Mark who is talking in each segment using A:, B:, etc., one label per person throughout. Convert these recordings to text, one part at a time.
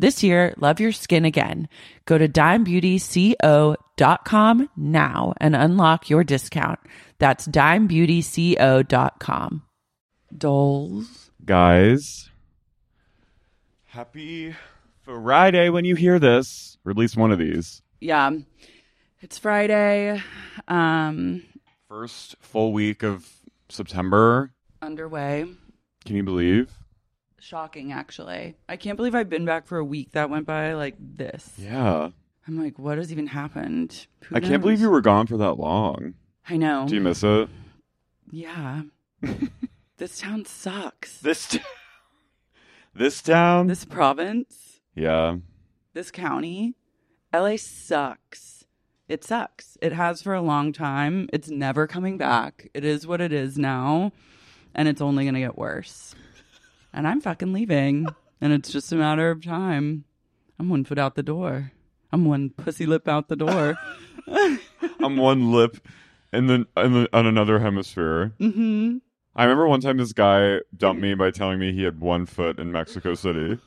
A: This year, love your skin again. Go to dimebeautyco.com now and unlock your discount. That's dimebeautyco.com. Doles.
B: Guys, happy Friday when you hear this, or at least one of these.
C: yeah it's friday um
B: First full week of September.
C: underway
B: Can you believe?
C: shocking actually i can't believe i've been back for a week that went by like this
B: Yeah.
C: i'm like what has even happened Who
B: I can't believe
C: knows?
B: you were gone for that long.
C: i know
B: Do you miss it?
C: yeah this town sucks
B: This t- This town?
C: this province
B: yeah.
C: this county la sucks it sucks it has for a long time it's never coming back it is what it is now and it's only going to get worse and i'm fucking leaving and it's just a matter of time i'm one foot out the door i'm one pussy lip out the door
B: I'm one lip and then and then on another hemisphere. Mm-hmm. I remember one time this guy dumped me by telling me he had one foot in Mexico City.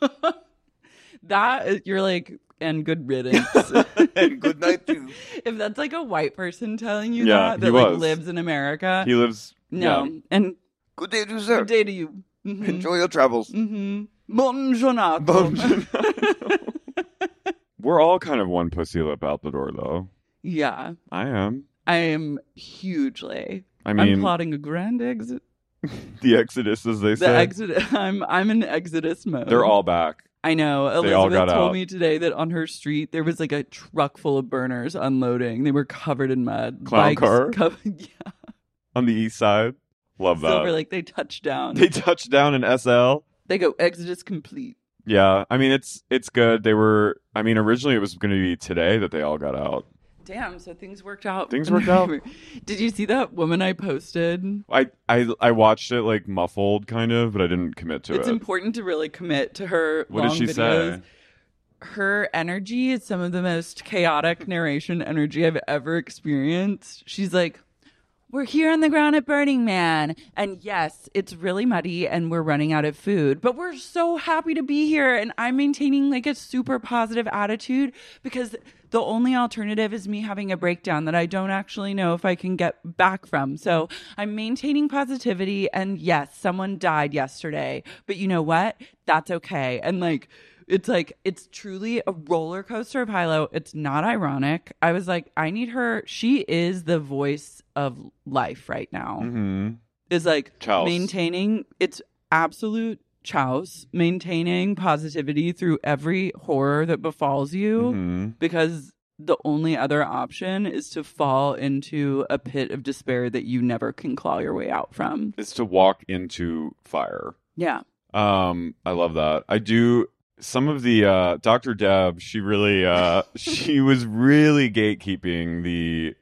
C: that is- you're like and good riddance
B: and good night too.
C: if that's like a white person telling you
B: Yeah,
C: that that
B: he
C: like
B: was.
C: lives in america
B: He lives
C: no
B: yeah.
C: and
D: Good day to you,
C: good
D: sir.
C: day to you Mhm.
D: Enjoy your travels.
C: Mm-hmm. Bon giornato.
B: We're all kind of one pussy lip out the door though.
C: yeah,
B: I am.
C: I am hugely.
B: I
C: I'm
B: mean
C: plotting a grand exit.
B: the Exodus as they
C: The
B: say.
C: exit. I'm I'm in exodus mode.
B: They're all back.
C: I know.
B: They all
C: Elizabeth
B: got
C: told
B: out.
C: me today that on her street there was like a truck full of burners unloading. They were covered in mud.
B: Clown
C: Bikes
B: car?
C: covered. Yeah.
B: On the east side. Love that.
C: Silver Lake. They touched down.
B: They
C: They,
B: touched down in SL.
C: go exodus complete.
B: Yeah, I mean it's it's good. They were I mean originally it was going to be today that they all got out.
C: Damn, so things worked out.
B: Things worked out. Uh,
C: Did you see that woman I posted?
B: I, I I watched it like muffled kind of, but I didn't commit to
C: it's
B: it.
C: important to really commit to her
B: What
C: long
B: did she
C: videos.
B: say?
C: Her energy is some of the most chaotic narration energy I've ever experienced. She's like, we're here on the ground at Burning Man. And yes, it's really muddy and we're running out of food, but we're so happy to be here. And I'm maintaining like a super positive attitude because the only alternative is me having a breakdown that I don't actually know if I can get back from. So I'm maintaining positivity. And yes, someone died yesterday, but you know what? That's okay. And like, it's like it's truly a roller coaster of high low. It's not ironic. I was like, I need her. She is the voice of life right now.
B: Mhm.
C: Is like
B: Chouse.
C: maintaining it's absolute chouse, maintaining positivity through every horror that befalls you
B: Mhm.
C: because the only other option is to fall into a pit of despair that you never can claw your way out from.
B: It's to walk into fire.
C: Yeah.
B: Um, I love that. I do some of the uh Dr. Deb, she really uh she was really gatekeeping the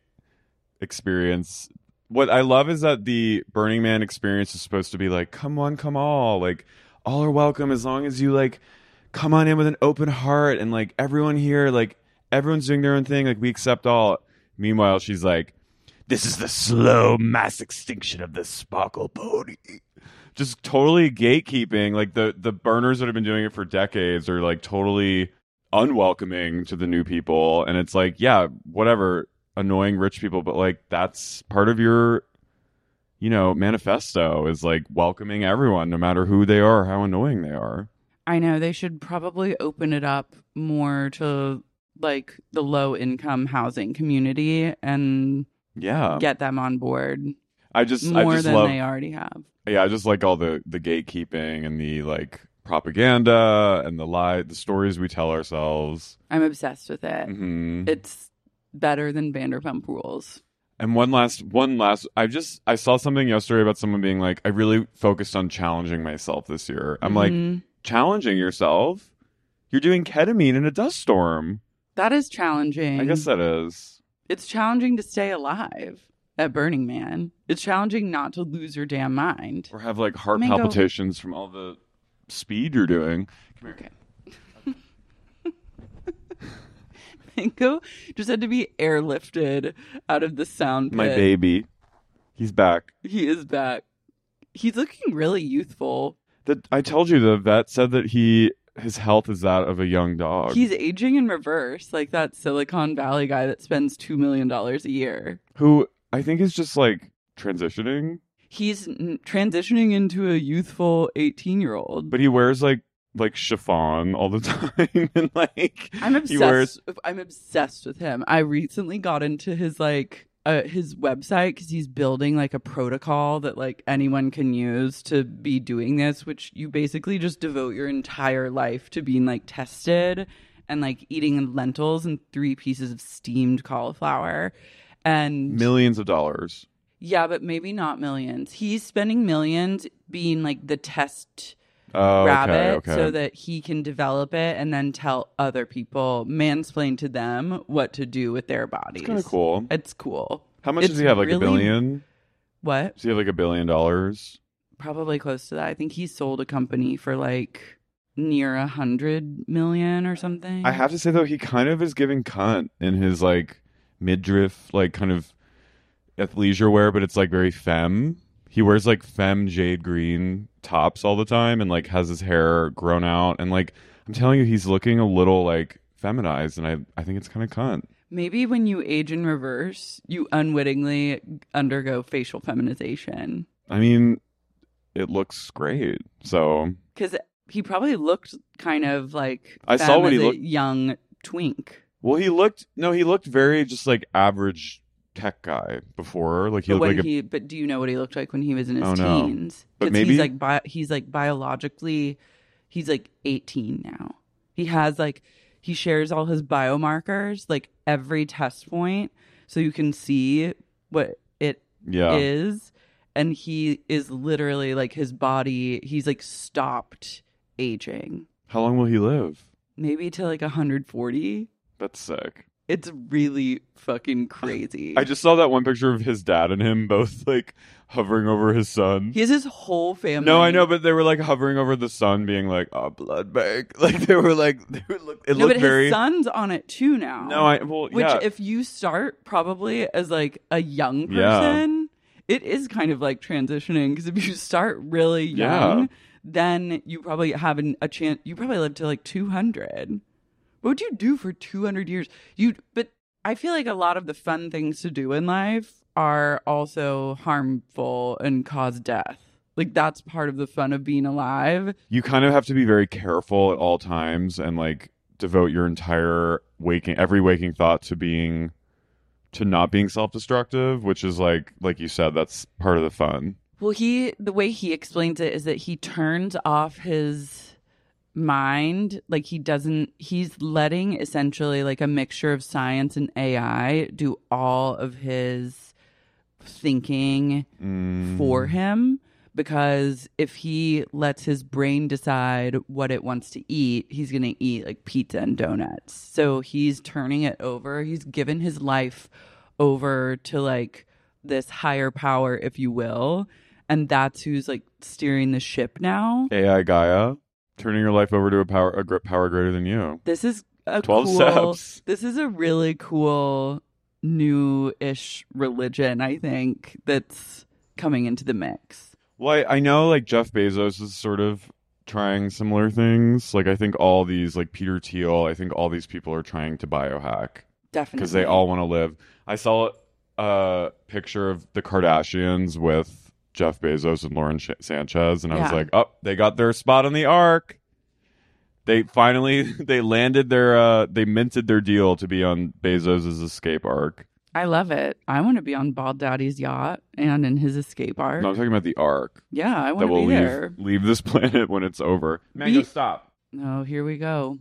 B: experience. What I love is that the Burning Man experience is supposed to be like, come on, come all, like all are welcome as long as you like come on in with an open heart and like everyone here, like everyone's doing their own thing, like we accept all. Meanwhile, she's like, This is the slow mass extinction of the sparkle pony just totally gatekeeping. Like the the burners that have been doing it for decades are like totally unwelcoming to the new people, and it's like, yeah, whatever, annoying rich people, but like that's part of your, you know, manifesto is like welcoming everyone, no matter who they are, or how annoying they are.
C: I know they should probably open it up more to like the low income housing community and
B: Yeah,
C: get them on board
B: I just I
C: more
B: just
C: than
B: love
C: they already have.
B: yeah, I just like all the the gatekeeping and the like propaganda and the lie the stories we tell ourselves.
C: I'm obsessed with it.
B: hmm
C: It's better than Vanderpump Rules.
B: And one last, one last. I just I saw something yesterday about someone being like, I really focused on challenging myself this year. I'm like,
C: Mhm.
B: challenging yourself? You're doing ketamine in a dust storm.
C: that is challenging.
B: I guess that is.
C: it's challenging to stay alive at Burning Man. It's challenging not to lose your damn mind.
B: Or have like heart
C: Mingo.
B: palpitations from all the speed you're doing.
C: Okay. Mango just had to be airlifted out of the sound pit.
B: My baby, he's back.
C: He is back. He's looking really youthful.
B: That I told you the vet said that he his health is that of a young dog.
C: He's aging in reverse, like that Silicon Valley guy that spends $2 million a year.
B: who I think is just like transitioning,
C: He's n- transitioning into a youthful 18 year old.
B: but he wears like like chiffon all the time and like
C: I'm
B: he
C: obsessed.
B: wears
C: I'm obsessed with him. I recently got into his like uh, his website because he's building like a protocol that like anyone can use to be doing this, which you basically just devote your entire life to being like tested and like eating lentils and three pieces of steamed cauliflower. And
B: millions of dollars.
C: yeah, but maybe not millions. He's spending millions being like the test
B: Oh,
C: rabbit
B: okay, okay.
C: so that he can develop it and then tell other people, mansplain to them what to do with their bodies.
B: kind of cool.
C: It's cool.
B: How much
C: It's
B: does he have? Like a
C: really-
B: billion?
C: What?
B: Does he have like a billion dollars?
C: Probably close to that. I think he sold a company for like near a hundred million or something.
B: I have to say though, he kind of is giving cunt in his like midriff, like kind of athleisure wear, but it's like very femme. He wears like femme jade green tops all the time, and like has his hair grown out, and like I'm telling you, he's looking a little like feminized, and I I think it's kind of cunt.
C: Maybe when you age in reverse, you unwittingly undergo facial feminization.
B: I mean, it looks great, so
C: Because he probably looked kind of like
B: I saw
C: femme
B: what he
C: as a
B: looked-
C: young twink.
B: Well, he looked no, he looked very just like average tech guy before. Like he
C: But
B: looked
C: when
B: like a,
C: he, but do you know what he looked like when he was in his
B: Oh, no.
C: teens?
B: But
C: 'Cause
B: maybe-
C: he's like bi- he's like biologically, he's like eighteen now. He has like he shares all his biomarkers, like every test point, so you can see what it
B: yeah.
C: is. And he is literally like his body. He's like stopped aging,
B: How long will he live?
C: maybe to like hundred forty.
B: That's sick.
E: It's really fucking crazy.
B: I just saw that one picture of his dad and him both like hovering over his son.
E: he has his whole family.
B: No, I know, but they were like hovering over the son, being like, "Oh, blood bank." Like they were like, they were look, it
E: no,
B: looked
E: but
B: very.
E: his son's on it too now.
B: no, I well,
E: Which,
B: yeah.
E: if you start probably as like a young
B: Yeah.
E: person, it is kind of like transitioning because if you start really
B: Yeah.
E: young, then you probably have an, a chance. You probably live to like 200. What would you do for 200 years? You, but I feel like a lot of the fun things to do in life are also harmful and cause death. Like that's part of the fun of being alive.
B: you kind of have to be very careful at all times and like devote your entire waking every waking thought to being to not being self-destructive which is like like you said that's part of the fun
E: Well, he the way he explains it is that he turns off his mind, like he doesn't he's letting essentially like a mixture of science and AI do all of his thinking
B: Mm.
E: for him because if he lets his brain decide what it wants to eat, he's going to eat like pizza and donuts. So he's turning it over. He's given his life over to like this higher power, if you will. And that's who's like steering the ship now.
B: ai gaia turning your life over to a power a gr- power greater than you
E: This is a
B: 12
E: cool,
B: steps.
E: This is a really cool new ish religion, I think, that's coming into the mix.
B: well I, I know like jeff bezos is sort of trying similar things like i think all these like peter thiel i think all these people are trying to biohack
E: Definitely.
B: because they all want to live. I saw a picture of the Kardashians with Jeff Bezos and Lauren Sh- Sanchez, and I was
E: Yeah.
B: like, "Oh, they got their spot on the ark. They finally they landed their uh, they minted their deal to be on Bezos's escape arc.
E: I love it. I want to be on Bald Daddy's yacht and in his escape arc.
B: No, I'm talking about the arc
E: yeah, I want
B: that
E: to be
B: will
E: there.
B: leave leave this planet when it's over. Mango,
E: Be-
B: stop!
E: No, here we go.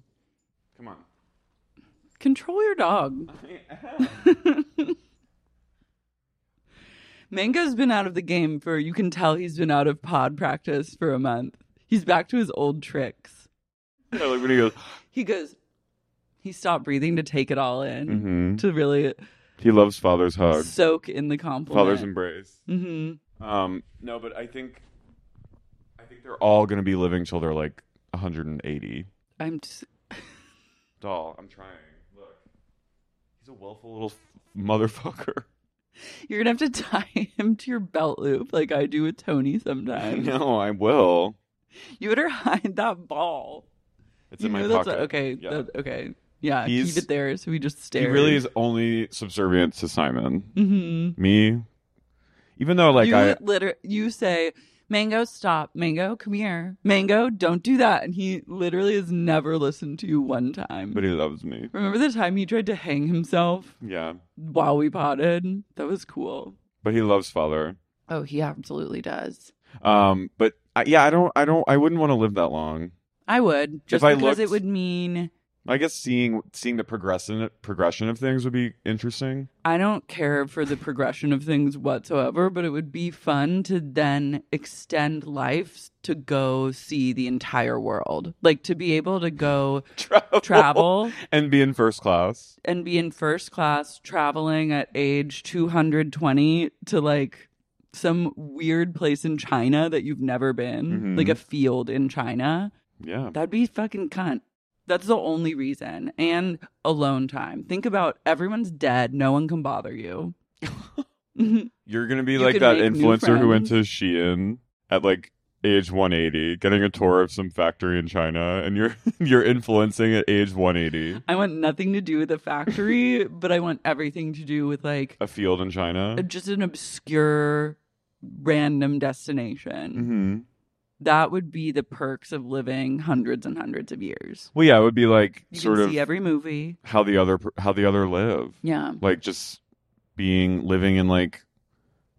B: Come on.
E: Control your dog. Mango's been out of the game for, you can tell he's been out of pod practice for a month. He's back to his old tricks.
B: I like when he goes.
E: He goes, he stopped breathing to take it all in,
B: Mhm.
E: to really
B: He loves father's hug,
E: soak in the compliment.
B: father's embrace.
E: hmm
B: Um, no, but I think I think they're all going to be living till they're like 180.
E: I'm just,
B: Doll, I'm trying. Look, he's a willful little motherfucker.
E: you're going to have to tie him to your belt loop like I do with Tony
B: I
E: sometimes.
B: know. I will.
E: You better hide that ball.
B: It's
E: You
B: in my
E: know that's
B: pocket.
E: what- okay,
B: Yeah.
E: that- okay, yeah.
B: He's-
E: keep it there so we just stare.
B: he really is only subservient to Simon.
E: hmm
B: Me, even though like
E: you
B: I
E: liter- you say, "Mango, stop! Mango, come here! Mango, don't do that!" And he literally has never listened to you one time.
B: but he loves me.
E: Remember the time he tried to hang himself
B: Yeah,
E: while we potted? That was cool.
B: but he loves father.
E: Oh, he absolutely does.
B: Um, but I, yeah, I don't, I don't, I wouldn't want to live that long.
E: I would just
B: I
E: because it
B: looked-
E: would mean
B: I guess seeing seeing the progression progression of things would be interesting.
E: I don't care for the progression of things whatsoever, but it would be fun to then extend life to go see the entire world. Like to be able to go
B: travel,
E: travel
B: and be in first class.
E: and be in first class traveling at age 220 to like some weird place in China that you've never been,
B: Mhm.
E: like a field in China.
B: Yeah,
E: That'd be fucking cunt. That's the only reason. And alone time. Think about everyone's dead. No one can bother you.
B: you're gonna be
E: You
B: like
E: could
B: that
E: make new
B: influencer who went
E: friends.
B: to Shein at like age 180, getting a tour of some factory in China, and you're you're influencing at age 180
E: I want nothing to do with a factory, but I want everything to do with like
B: a field in China.
E: just an obscure random destination.
B: hmm
E: That would be the perks of living hundreds and hundreds of years.
B: Well, yeah, it would be like
E: You
B: sort
E: can
B: of
E: see every movie.
B: how the other per- how the other live,
E: Yeah.
B: like just being living in like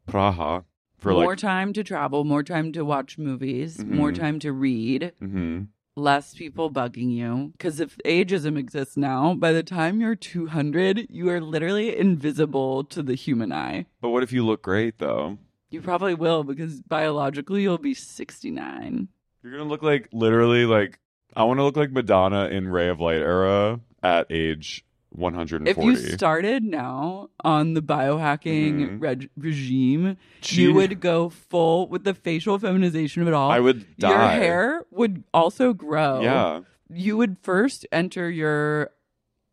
B: Praha for
E: more
B: like.
E: time to travel, more time to watch movies, more
B: Mhm.
E: time to read,
B: hmm
E: less people bugging you. Because if ageism exists now, by the time you're 200, you are literally invisible to the human eye.
B: But what if you look great though?
E: You probably will because biologically you'll be 69.
B: You're gonna look like literally like I want to look like Madonna in Ray of Light era at age 140.
E: If you started now on the biohacking
B: Mm-hmm.
E: reg- regime,
B: Gee.
E: you would go full with the facial feminization of it all.
B: I would
E: Your
B: die.
E: hair would also grow.
B: yeah.
E: You would first enter your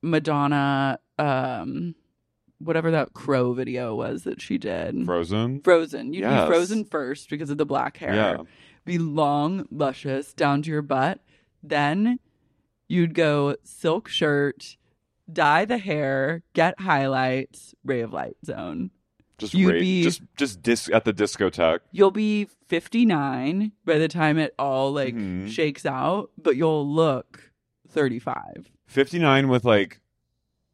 E: Madonna, um, whatever that crow video was that she did.
B: Frozen.
E: Frozen. You'd
B: Yes.
E: be frozen first because of the black hair.
B: Yeah.
E: Be long, luscious, down to your butt. Then you'd go silk shirt, dye the hair, get highlights, ray of light zone.
B: Just
E: You'd
B: ra-
E: be-
B: just just dis- at the discotheque.
E: You'll be 59 by the time it all like
B: Mhm.
E: shakes out, but you'll look 35.
B: 59 with like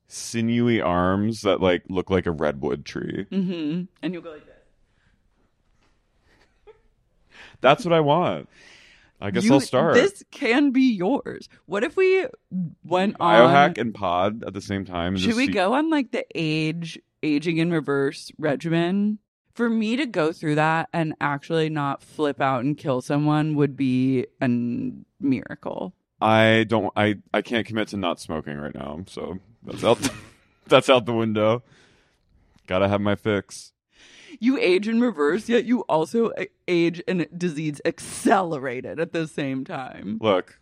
B: sinewy arms that like look like a redwood tree.
E: hmm And you'll go like this.
B: That's what I want. I guess
E: You-
B: I'll start.
E: This can be yours. What if we went on
B: Biohack and pod at the same time. and
E: Should
B: just
E: we
B: see-
E: go on like the age aging in reverse regimen? For me to go through that and actually not flip out and kill someone would be a n- miracle.
B: I don't. I I can't commit to not smoking right now. So that's out. that's out the window. Gotta have my fix.
E: You age in reverse, yet you also a- age and disease accelerated at the same time.
B: Look,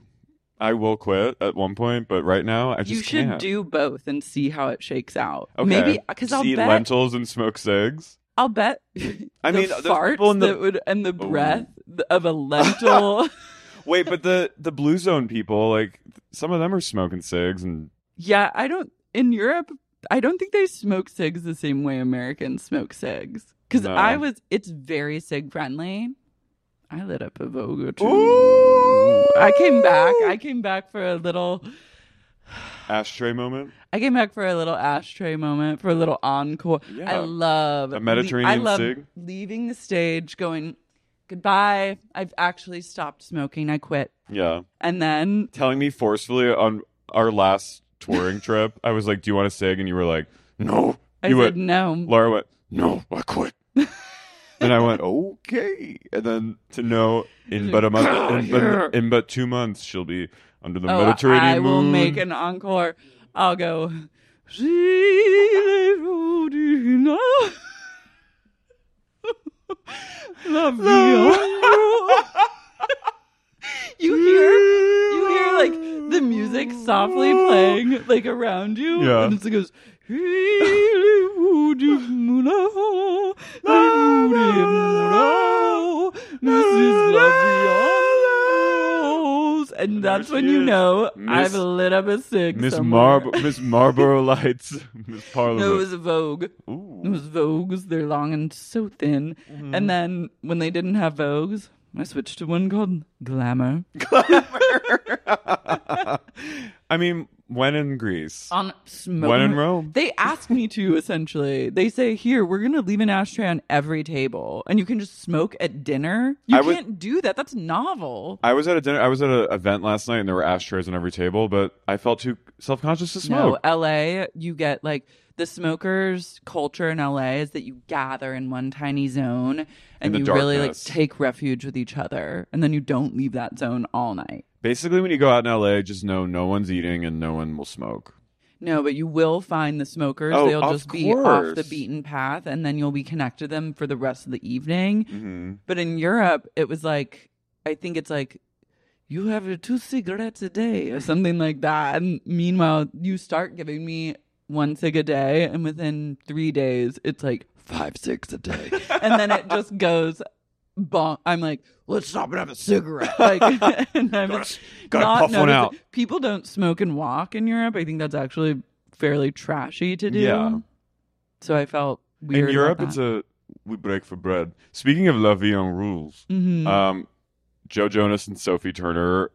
B: I will quit at one point, but right now I just
E: You should
B: can't.
E: do both and see how it shakes out.
B: Okay.
E: Maybe because
B: Just
E: I'll
B: eat
E: bet
B: lentils and smoke cigs.
E: I'll bet.
B: I
E: the
B: mean, there's
E: farts
B: people in the- Oh.
E: that would and the breath of a lentil.
B: Wait, but the the blue zone people, like some of them are smoking cigs and
E: Yeah, I don't in Europe. I don't think they smoke cigs the same way Americans smoke cigs. Because
B: No.
E: I was, it's very cig friendly. I lit up a Vogue too. I came back. I came back for a little.
B: ashtray moment.
E: I came back for a little ashtray moment, for a little encore.
B: Yeah.
E: I love
B: A Mediterranean
E: I love
B: cig.
E: leaving the stage, going goodbye. I've actually stopped smoking. I quit,
B: Yeah,
E: and then
B: telling me forcefully on our last touring trip, I was like, "Do you want a cig?" And you were like, "No."
E: I
B: you
E: said
B: went,
E: no.
B: Laura went, "No, I quit." and I went, "Okay." And then to know in but a month, in but, in but two months, she'll be under the
E: Oh,
B: Mediterranean
E: I will
B: moon.
E: make an encore. I'll go. Gilbertina. La Via. you hear you hear like the music softly playing like around you
B: Yeah.
E: and it's like goes Gilbertina. La Via. This is La Via. and
B: There
E: that's
B: she
E: when you
B: is.
E: know
B: Miss-
E: I've lit up a six.
B: Miss
E: somewhere.
B: Marb, Miss Marlboro Lights, Miss Parliament.
E: No, it was Vogue. It was Vogues. They're long and so thin. And then when they didn't have Vogues, I switched to one called Glamour.
B: I mean, when in Greece,
E: On smoke.
B: When in Rome.
E: They asked me to essentially. They say, here, we're going to leave an ashtray on every table and you can just smoke at dinner. You
B: I would-
E: can't do that. That's novel.
B: I was at a dinner. I was at an event last night, and there were ashtrays on every table. But I felt too self conscious to
E: No,
B: smoke.
E: LA, you get like the smokers' culture in LA is that you gather in one tiny zone and
B: the
E: you really like
B: darkness.
E: take refuge with each other and then you don't leave that zone all night.
B: Basically, when you go out in LA, just know no one's eating and no one will smoke.
E: No, but you will find the smokers.
B: Oh,
E: They'll
B: of
E: just be off the
B: course.
E: beaten path and then you'll be connected to them for the rest of the evening.
B: Mm-hmm.
E: But in Europe, it was like, I think it's like, you have two cigarettes a day or something like that. And meanwhile, you start giving me one cig a day. And within three days, it's like five cigs a day. and then it just goes. Bon- I'm like, let's stop and have a cigarette. Like, and I'm
B: Gotta- gotta
E: not
B: puff one
E: noticing-
B: out.
E: People don't smoke and walk in Europe. I think that's actually fairly trashy to do.
B: Yeah.
E: So I felt weird.
B: in Europe, it's a we break for bread. Speaking of La Vie en Rules,
E: Mm-hmm.
B: um, Joe Jonas and Sophie Turner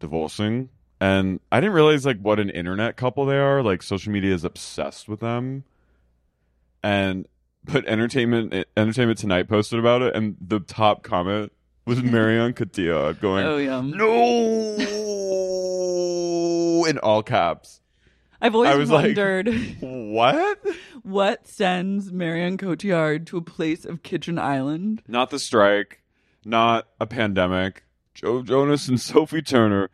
B: divorcing, and I didn't realize like what an internet couple they are. Like social media is obsessed with them, and but Entertainment Entertainment Tonight posted about it, and the top comment was Marion Cotillard going,
E: oh yeah.
B: "No!" in all caps.
E: I've always
B: I was like-
E: wondered
B: What?
E: what sends Marion Cotillard to a place of kitchen island.
B: not the strike, not a pandemic. Joe Jonas and Sophie Turner.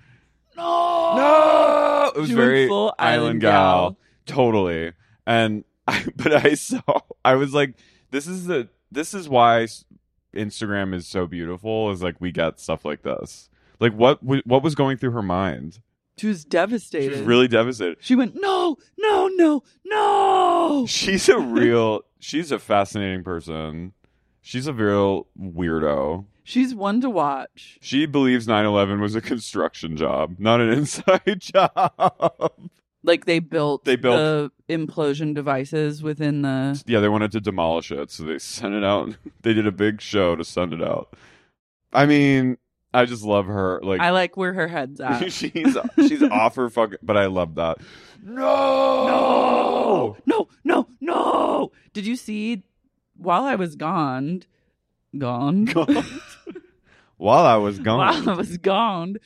B: No, no, it was
E: She went
B: very
E: full
B: island,
E: island
B: gal.
E: gal.
B: Totally. And I, but I saw, I was like, this is the, this is why s- Instagram is so beautiful is like we get stuff like this. Like what, w- what was going through her mind?
E: She was
B: She
E: devastated.
B: was really devastated.
E: She went, no, no, no, no.
B: She's a real, she's a fascinating person. She's a real weirdo.
E: She's one to watch.
B: She believes 9 11 was a construction job, not an inside job.
E: Like they built,
B: They built-
E: the implosion devices within the.
B: yeah, they wanted to demolish it, so they sent it out. They did a big show to send it out. I mean, I just love her. Like
E: I like where her head's at.
B: she's she's off her fucking. But I love that. No,
E: Oh, no, no, no. Did you see while I was gone, gone,
B: While I was gone,
E: while I was gone,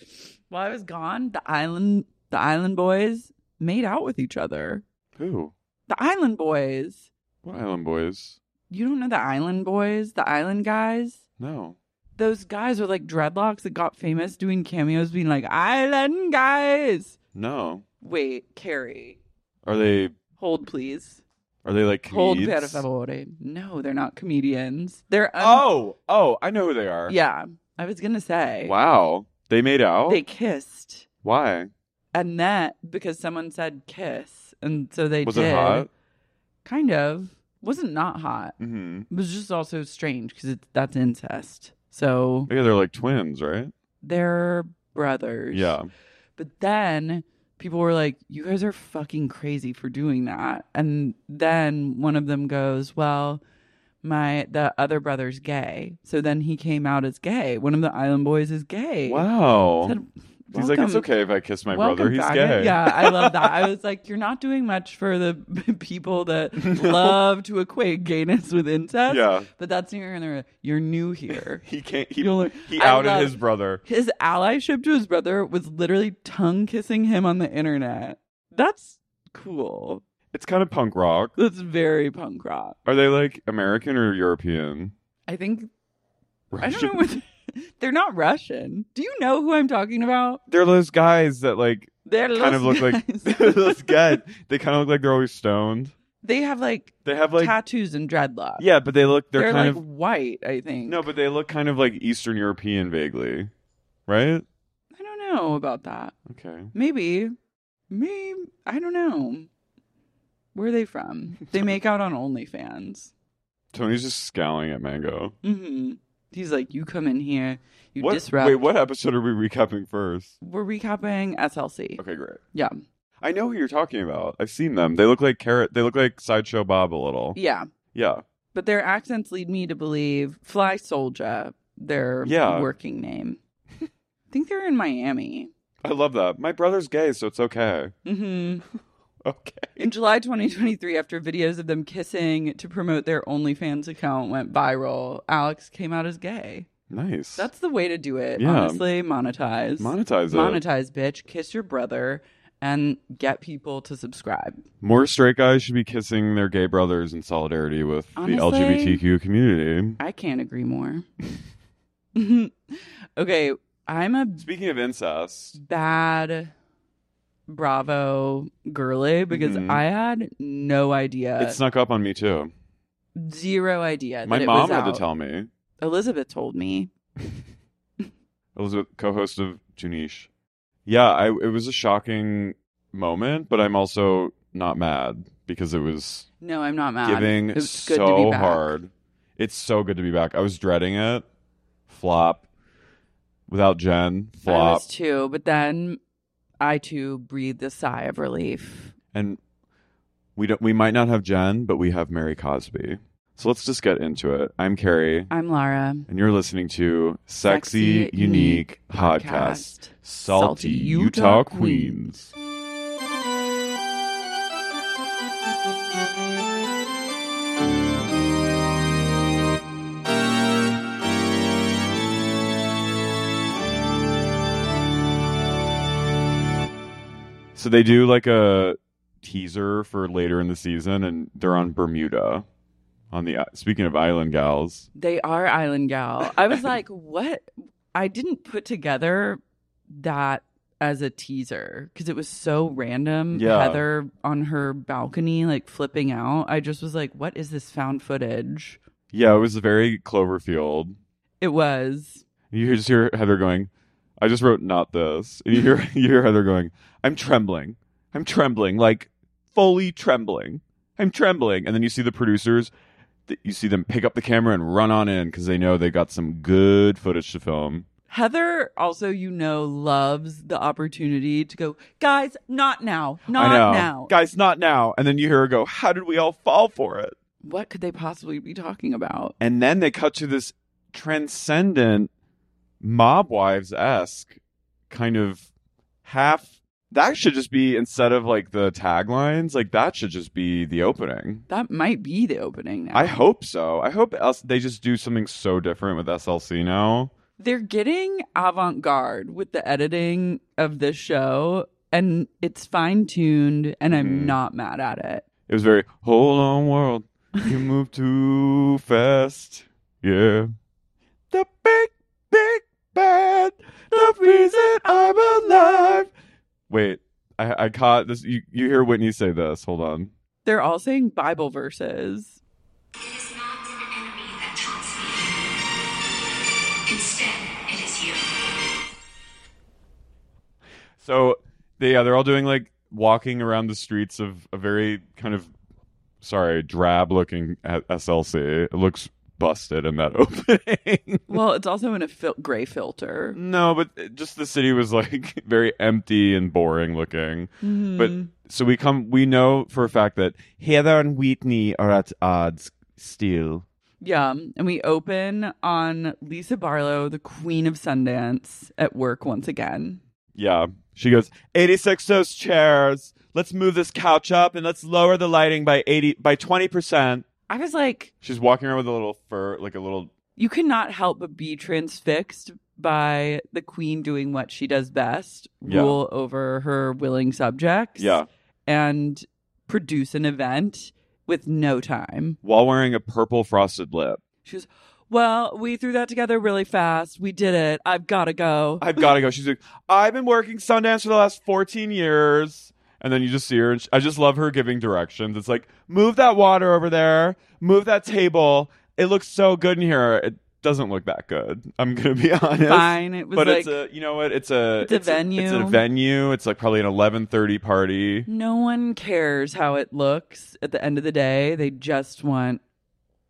E: while I was gone, the island, the island boys made out with each other.
B: who?
E: The island boys.
B: What island boys?
E: You don't know the island boys, the island guys.
B: No,
E: Those guys with like dreadlocks that got famous doing cameos, being like island guys.
B: no.
E: Wait, Carrie,
B: Are they
E: hold please.
B: are they like
E: Hold, per
B: comedians?
E: favore. No, they're not comedians. They're un-
B: Oh, oh, I know who they are.
E: Yeah, I was gonna say.
B: Wow, they made out.
E: They kissed,
B: Why
E: and that because someone said kiss, and so they
B: was
E: did.
B: it hot?
E: Kind of wasn't not hot.
B: Mm-hmm.
E: It was just also strange because that's incest. So
B: Yeah, they're like twins, right?
E: they're brothers.
B: Yeah.
E: But then people were like, "You guys are fucking crazy for doing that." And then one of them goes, "Well." My the other brother's gay, so then he came out as gay. One of the island boys is gay.
B: Wow.
E: Said,
B: He's like, it's
E: "Welcome."
B: okay if I kiss my brother.
E: Welcome
B: He's
E: back.
B: gay.
E: Yeah, I love that. I was like, you're not doing much for the people that love to equate gayness with incest.
B: Yeah.
E: But that's near and there. You're new here.
B: He can't. He,
E: You're like,
B: he
E: I
B: outed
E: love-
B: his brother.
E: His allyship to his brother was literally tongue kissing him on the internet. That's cool.
B: It's kind of punk rock.
E: That's very punk rock.
B: Are they like American or European?
E: I think I don't know what they're not Russian. Do you know who I'm talking about?
B: They're those guys that like
E: They're
B: kind of look
E: those
B: like
E: guys.
B: they're those guys. They kind of look like they're always stoned.
E: they have like,
B: They have like
E: tattoos and dreadlocks.
B: yeah, but they look they're,
E: they're,
B: kind
E: like
B: of
E: white. I think
B: no, but they look kind of like Eastern European vaguely, right?
E: I don't know about that.
B: Okay.
E: Maybe. Maybe. I don't know. Where are they from? They make out on OnlyFans.
B: Tony's just scowling at Mango.
E: hmm He's like, you come in here, you
B: what?
E: disrupt.
B: Wait, what episode are we recapping first?
E: We're recapping SLC.
B: Okay, great.
E: Yeah.
B: I know who you're talking about. I've seen them. They look like carrot. They look like sideshow Bob a little.
E: Yeah.
B: Yeah.
E: But their accents lead me to believe Fly Soldier, their
B: Yeah.
E: working name. I think they're in Miami.
B: I love that. My brother's gay, so it's okay.
E: hmm
B: Okay.
E: In July 2023, after videos of them kissing to promote their OnlyFans account went viral, Alex came out as gay.
B: Nice.
E: That's the way to do it.
B: Yeah.
E: Honestly, monetize.
B: monetize it.
E: Monetize, bitch. Kiss your brother and get people to subscribe.
B: More straight guys should be kissing their gay brothers in solidarity with the
E: Honestly?
B: LGBTQ community.
E: I can't agree more. okay, I'm a
B: Speaking of incest,
E: bad Bravo girly because
B: Mhm.
E: I had no idea.
B: it snuck up on me too.
E: zero idea.
B: My
E: that it
B: mom
E: was
B: had to
E: out.
B: tell me.
E: Elizabeth told me.
B: Elizabeth, co-host of Juniche. Yeah, I, it was a shocking moment, but I'm also not mad because it was
E: No, I'm not mad.
B: giving
E: it was
B: so
E: good to be back.
B: hard. It's so good to be back. I was dreading it. Flop. Without Jen,
E: I
B: flop.
E: was too, but then I too breathed a sigh of relief.
B: and we don't we might not have Jen, but we have Mary Cosby. So let's just get into it. I'm Carrie,
E: I'm Lara.
B: and you're listening to Sexy,
E: Sexy
B: Unique
E: Unique
B: Podcast,
E: Podcast.
B: Salty
E: Salty
B: Utah,
E: Utah
B: Queens. So they do like a teaser for later in the season, and they're on Bermuda. On the speaking of island gals,
E: They are Island Gal. I was like, what? I didn't put together that as a teaser because it was so random.
B: Yeah.
E: Heather on her balcony, like flipping out. I just was like, what is this found footage?
B: Yeah, it was very Cloverfield.
E: It was.
B: You just hear Heather going, I just wrote not this. And you hear you hear Heather going, I'm trembling. I'm trembling, like fully trembling. I'm trembling. And then you see the producers th- you see them pick up the camera and run on in because they know they got some good footage to film.
E: Heather also, you know, loves the opportunity to go, guys, not now,
B: I
E: not
B: know.
E: now.
B: Guys, not now. And then you hear her go, How did we all fall for it?
E: What could they possibly be talking about?
B: And then they cut to this transcendent mob wives esque kind of half. That should just be instead of like the taglines, like that should just be the opening.
E: That might be the opening now.
B: I hope so. I hope else they just do something so different with SLC now.
E: they're getting avant garde with the editing of this show, and it's fine tuned, and
B: Mm-hmm.
E: I'm not mad at it.
B: It was very hold on world, you move too fast. Yeah, the big big bad, the reason I'm alive. Wait, I, I caught this. You you hear Whitney say this? Hold on.
E: They're all saying Bible verses.
F: It is not an enemy that taunts me. Instead, it is you.
B: So they yeah, they're all doing like walking around the streets of a very kind of sorry drab looking SLC. It looks busted in that opening.
E: Well, it's also in a fil- gray filter.
B: No, but just the city was like very empty and boring looking. But so we come, we know for a fact that Heather and Whitney are at odds still.
E: Yeah. And we open on Lisa Barlow, the queen of Sundance, at work once again.
B: Yeah. She goes, 86 those chairs. Let's move this couch up and let's lower the lighting by 80, by 20%.
E: I was like,
B: She's walking around with a little fur, like a little,
E: you cannot help but be transfixed by the queen doing what she does best
B: Yeah.
E: rule over her willing subjects
B: yeah,
E: and produce an event with no time
B: while wearing a purple frosted lip.
E: she was well we threw that together really fast we did it i've gotta go
B: I've got to go. She's like, I've been working Sundance for the last 14 years. And then you just see her, and sh I just love her giving directions. It's like, move that water over there, move that table. It looks so good in here. It doesn't look that good. I'm gonna be honest.
E: Fine, it was
B: but it's a,
E: like-
B: you know what? It's a,
E: It's a
B: It's
E: venue.
B: a venue. It's like probably an 11:30 party.
E: no one cares how it looks at the end of the day they just want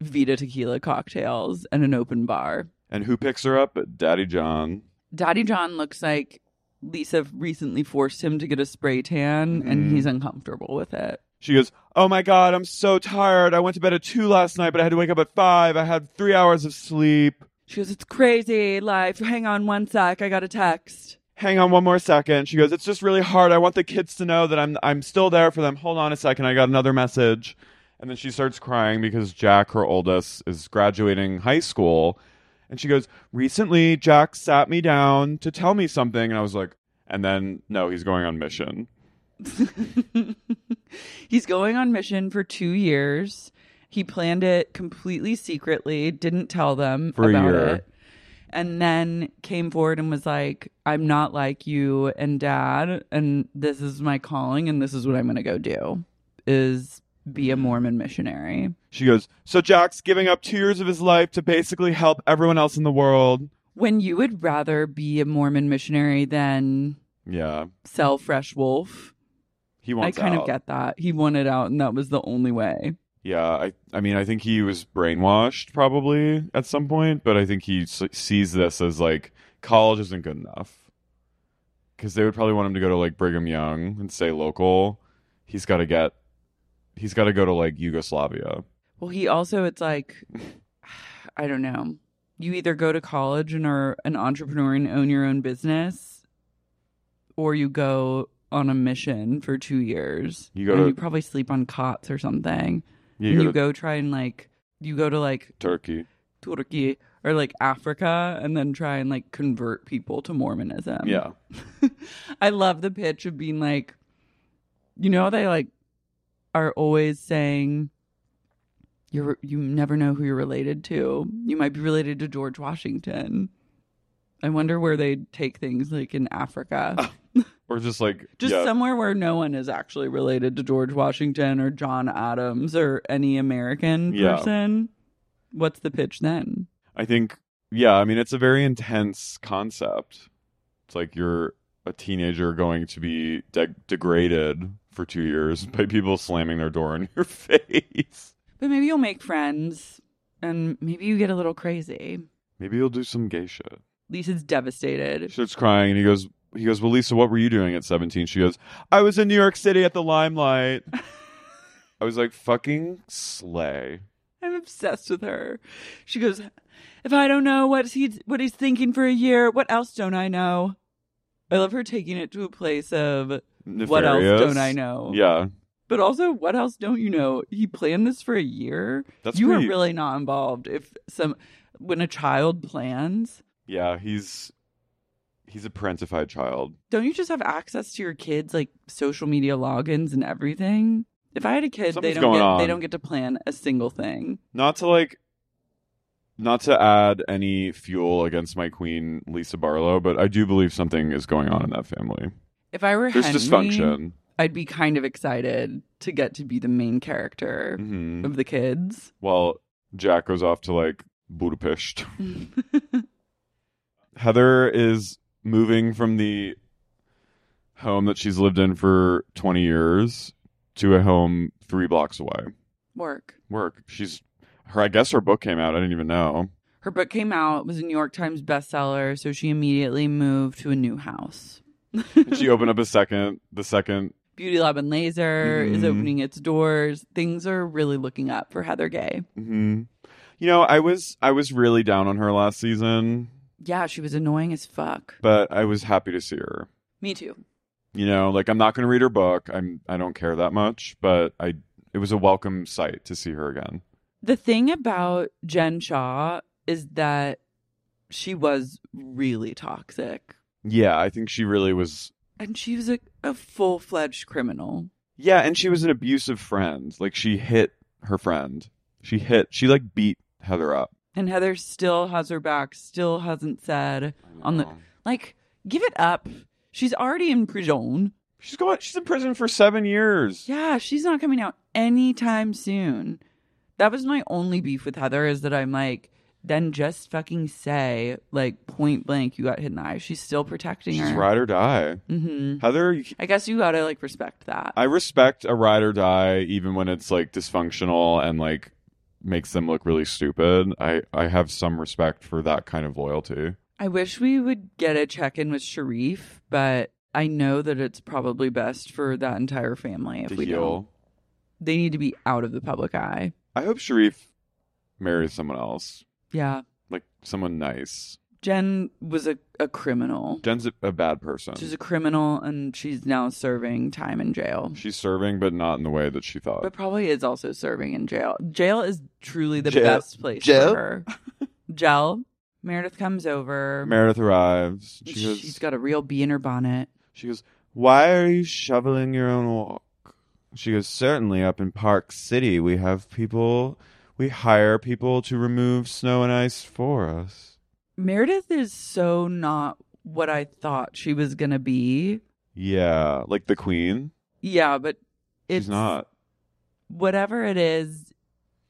E: vita tequila cocktails and an open bar
B: And who picks her up? Daddy John.
E: Daddy John looks like Lisa recently forced him to get a spray tan
B: Mm-hmm.
E: and he's uncomfortable with it.
B: She goes, Oh my God, I'm so tired. I went to bed at two last night, but I had to wake up at five. I had three hours of sleep.
E: She goes, It's crazy life. Hang on one sec. I got a text.
B: hang on one more second. She goes, it's just really hard. I want the kids to know that I'm I'm still there for them. Hold on a second. I got another message. And then she starts crying because Jack, her oldest, is graduating high school. And she goes, recently Jack sat me down to tell me something. And I was like, and then no, he's going on mission.
E: He's going on mission for two years. He planned it completely secretly, didn't tell them
B: For a
E: about
B: year.
E: it. And then came forward and was like, I'm not like you and dad, and this is my calling, and this is what I'm gonna go do is be a Mormon missionary.
B: She goes, so Jack's giving up two years of his life to basically help everyone else in the world.
E: when you would rather be a Mormon missionary than
B: Yeah.
E: sell fresh wolf.
B: He
E: I
B: wants
E: kind
B: out.
E: of get that. He wanted out, and that was the only way.
B: Yeah, I I mean I think he was brainwashed probably at some point, but I think he s- sees this as like college isn't good enough. Cuz they would probably want him to go to like Brigham Young and stay local. He's got to get he's got to go to like Yugoslavia.
E: Well, he also, it's like, I don't know. You either go to college and are an entrepreneur and own your own business, or you go on a mission for two years.
B: You go
E: and
B: to-
E: you probably sleep on cots or something.
B: Yeah,
E: and
B: you
E: you
B: go to
E: go try and like, you go to like
B: Turkey.
E: Turkey or like Africa and then try and like convert people to Mormonism.
B: Yeah.
E: I love the pitch of being like, you know, they like are always saying, you're you never know who you're related to. You might be related to George Washington. I wonder where they take things like in Africa.
B: Or just like
E: Just
B: yeah.
E: somewhere where no one is actually related to George Washington or John Adams or any American
B: Yeah.
E: person. What's the pitch then?
B: I think yeah, I mean it's a very intense concept. It's like you're a teenager going to be de- degraded for 2 years by people slamming their door in your face.
E: But maybe you'll make friends and maybe you get a little crazy.
B: Maybe you'll do some gay shit.
E: Lisa's
B: She
E: devastated.
B: starts crying and he goes he goes, "Well, Lisa, what were you doing at 17?" She goes, "I was in New York City at the Limelight." I was like, "Fucking slay."
E: I'm obsessed with her. She goes, If I don't know what he's what he's thinking for a year, what else don't I know? I love her taking it to a place of what else
B: Nefarious.
E: don't I know?
B: Yeah.
E: But also, what else don't you know? He planned this for a year.
B: That's
E: you
B: pretty-
E: were really not involved. If some when a child plans,
B: Yeah, he's he's a parentified child.
E: don't you just have access to your kids like social media logins and everything? If I had a kid,
B: Something's
E: they don't
B: going
E: get
B: on.
E: they don't get to plan a single thing.
B: Not to like not to add any fuel against my queen Lisa Barlow, but I do believe something is going on in that family.
E: If I were
B: There's
E: Henry,
B: dysfunction.
E: I'd be kind of excited to get to be the main character
B: hmm
E: of the kids.
B: Well, Jack goes off to like Budapest. Heather is moving from the home that she's lived in for 20 years to a home 3 blocks away.
E: Work.
B: Work. She's her I guess her book came out. I didn't even know.
E: Her book came out, it was a New York Times bestseller, so she immediately moved to a new house.
B: And she opened up a second, the second
E: Beauty Lab and Laser is
B: Mhm.
E: opening its doors. Things are really looking up for Heather Gay.
B: hmm You know, I was I was really down on her last season,
E: Yeah, she was annoying as fuck.
B: but I was happy to see her.
E: Me too.
B: You know, like I'm not going to read her book. I'm I don't care that much, but I it was a welcome sight to see her again.
E: The thing about Jen Shaw is that she was really toxic.
B: Yeah, I think she really was.
E: And she was a, a full fledged criminal.
B: Yeah, and she was an abusive friend. Like she hit her friend. She hit. She like beat Heather up.
E: And Heather still has her back, still hasn't said on the like, give it up. She's already in prison.
B: She's going. She's in prison for seven years.
E: Yeah, she's not coming out anytime soon. That was my only beef with Heather is that I'm like, then just fucking say, like, point blank, you got hit in the eye. She's still protecting
B: She's
E: her.
B: ride or die.
E: hmm
B: Heather, you,
E: I guess you gotta, like, respect that.
B: I respect a ride or die, even when it's like dysfunctional and like makes them look really stupid. I I have some respect for that kind of loyalty.
E: I wish we would get a check in with Sharif, but I know that it's probably best for that entire family if
B: to
E: we
B: heal.
E: don't. They need to be out of the public eye.
B: I hope Sharif marries someone else,
E: Yeah.
B: like someone nice.
E: Jen was a, a criminal.
B: Jen's a, a bad person.
E: She's a criminal and she's now serving time in jail.
B: She's serving, but not in the way that she thought.
E: But probably is also serving in jail. Jail is truly the
B: Jail.
E: best place
B: Jail.
E: for her. Jail. Meredith comes over.
B: Meredith arrives. She goes.
E: She's got a real bee in her bonnet.
B: She goes. Why are you shoveling your own walk? She goes. Certainly, up in Park City, we have people. We hire people to remove snow and ice for us.
E: Meredith is so not what I thought she was going to be.
B: Yeah, like the queen.
E: Yeah, but it's
B: She's not.
E: whatever it is,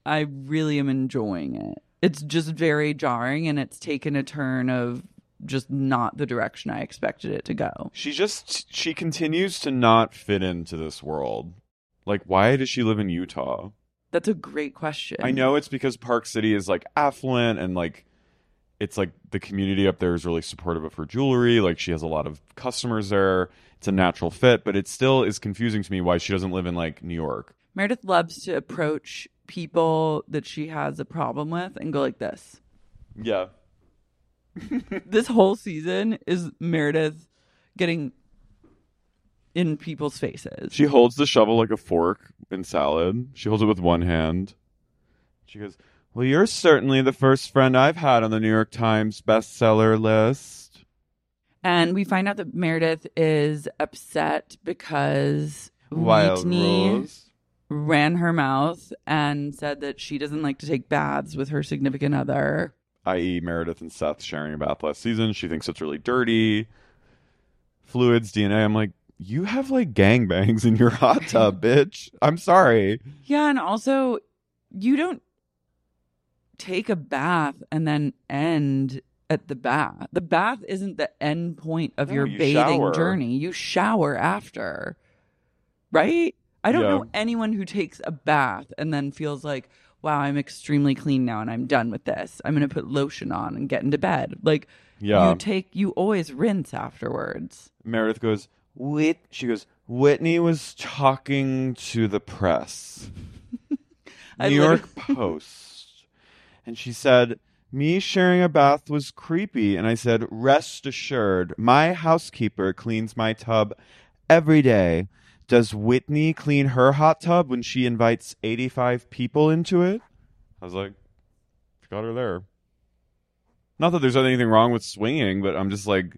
E: I really am enjoying it. It's just very jarring and it's taken a turn of just not the direction I expected it to go.
B: She just she continues to not fit into this world. Like why does she live in Utah?
E: That's a great question.
B: I know it's because Park City is like affluent and like it's like the community up there is really supportive of her jewelry. Like she has a lot of customers there. It's a natural fit, but it still is confusing to me why she doesn't live in like New York.
E: Meredith loves to approach people that she has a problem with and go like this.
B: Yeah.
E: This whole season is Meredith getting in people's faces.
B: She holds the shovel like a fork in salad. She holds it with one hand. She goes, Well, you're certainly the first friend I've had on the New York Times bestseller list.
E: And we find out that Meredith is upset because Whitney ran her mouth and said that she doesn't like to take baths with her significant other.
B: E, i.e., Meredith and Seth sharing a bath last season. She thinks it's really dirty. fluids, DNA. I'm like, you have like gangbangs in your hot tub, bitch. I'm sorry.
C: Yeah, and also you don't take a bath and then end at the bath. The bath isn't the end point of
B: No,
C: your
B: you
C: bathing
B: shower.
C: journey. You shower after. Right? I don't
B: Yeah.
C: know anyone who takes a bath and then feels like, wow, I'm extremely clean now and I'm done with this. I'm going to put lotion on and get into bed. Like
B: Yeah.
C: you take you always rinse afterwards.
B: Meredith goes, Whit. She goes, Whitney was talking to the press,
C: I
B: New
C: literally-
B: York Post. And she said, Me sharing a bath was creepy. And I said, Rest assured, my housekeeper cleans my tub every day. Does Whitney clean her hot tub when she invites 85 people into it? I was like, Got her there. Not that there's anything wrong with swinging, but I'm just like,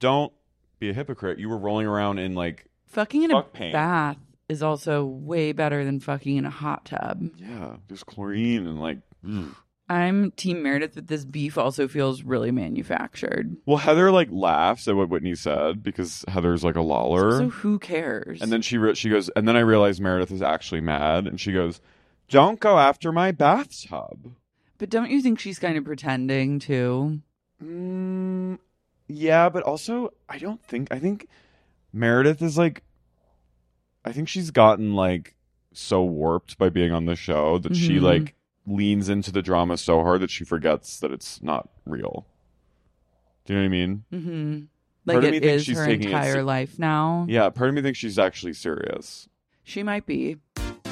B: don't be a hypocrite. You were rolling around in like,
C: Fucking in
B: Fuck
C: a
B: pain.
C: bath is also way better than fucking in a hot tub.
B: yeah, there's chlorine and like. ugh.
C: I'm Team Meredith, but this beef also feels really manufactured.
B: Well, Heather like laughs at what Whitney said because Heather's like a loller,
C: So who cares?
B: and then she re- she goes, and then I realized Meredith is actually mad, and she goes, "Don't go after my bathtub."
C: but don't you think she's kind of pretending too?
B: Mm, yeah, but also I don't think I think Meredith is like I think she's gotten like so warped by being on the show that she
C: Mhm.
B: like leans into the drama so hard that she forgets that it's not real. Do you know what I mean?
C: Mm-hmm. Like
B: Part of me
C: it
B: thinks
C: is
B: she's
C: her
B: taking it
C: entire
B: se-
C: life now.
B: Yeah, part of me thinks she's actually serious.
C: She might be.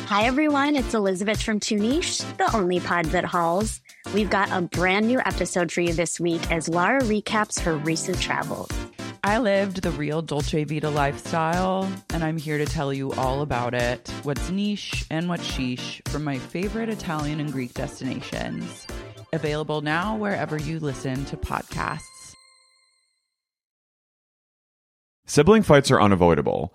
D: Hi, everyone. It's Elizabeth from Two Niche, the only pod that hauls. We've got a brand new episode for you this week as Lara recaps her recent travels.
C: I lived the real Dolce Vita lifestyle, and I'm here to tell you all about it what's niche and what's chic from my favorite Italian and Greek destinations. Available now wherever you listen to podcasts.
B: Sibling fights are unavoidable,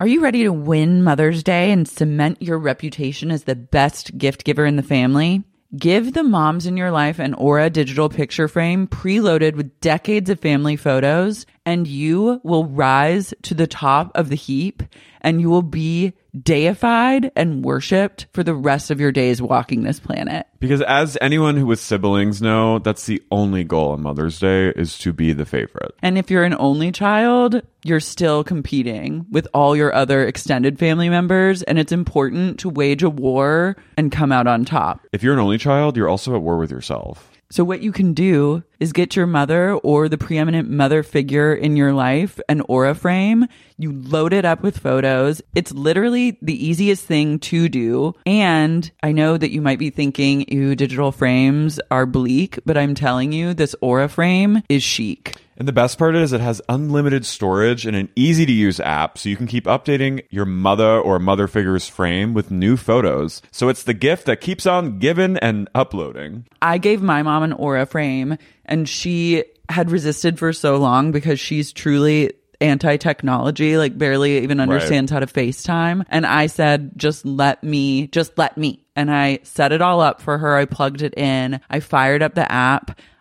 C: Are you ready to win Mother's Day and cement your reputation as the best gift giver in the family? Give the moms in your life an Aura digital picture frame preloaded with decades of family photos, and you will rise to the top of the heap and you will be deified and worshipped for the rest of your days walking this planet.
B: Because as anyone who with siblings know, that's the only goal on Mother's Day is to be the favorite.
C: And if you're an only child, you're still competing with all your other extended family members. And it's important to wage a war and come out on top.
B: If you're an only child, you're also at war with yourself.
C: So, what you can do is get your mother or the preeminent mother figure in your life an aura frame. You load it up with photos. It's literally the easiest thing to do. And I know that you might be thinking, ew, digital frames are bleak, but I'm telling you, this aura frame is chic.
B: And the best part is it has unlimited storage and an easy to use app so you can keep updating your mother or mother figure's frame with new photos. So it's the gift that keeps on giving and uploading.
C: I gave my mom an aura frame and she had resisted for so long because she's truly anti technology, like barely even understands how to FaceTime. And I said, just let me, just let me. And I set it all up for her. I plugged it in. I fired up the app.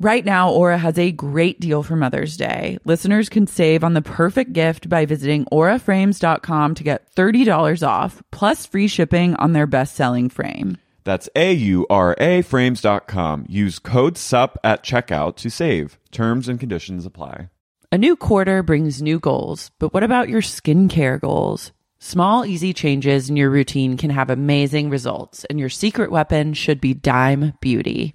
C: Right now, Aura has a great deal for Mother's Day. Listeners can save on the perfect gift by visiting auraframes.com to get $30 off plus free shipping on their best-selling frame.
B: That's A-U-R-A frames.com. Use code SUP at checkout to save. Terms and conditions apply.
C: A new quarter brings new goals, but what about your skincare goals? Small, easy changes in your routine can have amazing results, and your secret weapon should be Dime Beauty.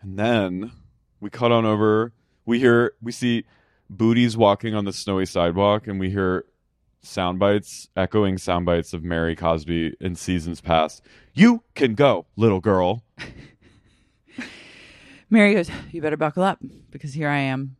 B: And then we cut on over. We hear, we see booties walking on the snowy sidewalk, and we hear sound bites, echoing sound bites of Mary Cosby in seasons past. You can go, little girl.
C: Mary goes, You better buckle up because here I am.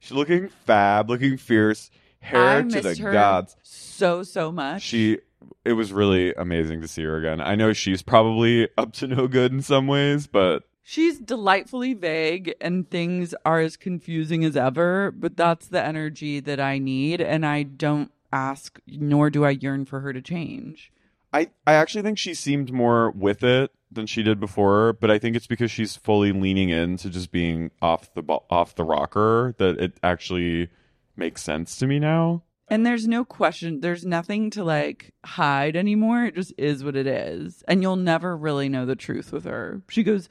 B: She's looking fab, looking fierce, hair
C: I
B: to
C: missed
B: the
C: her
B: gods.
C: so, so much.
B: She it was really amazing to see her again. I know she's probably up to no good in some ways, but
G: She's delightfully vague and things are as confusing as ever, but that's the energy that I need. And I don't ask, nor do I yearn for her to change.
B: I, I actually think she seemed more with it than she did before, but I think it's because she's fully leaning into just being off the bo- off the rocker that it actually makes sense to me now.
G: And there's no question, there's nothing to like hide anymore. It just is what it is. And you'll never really know the truth with her. She goes,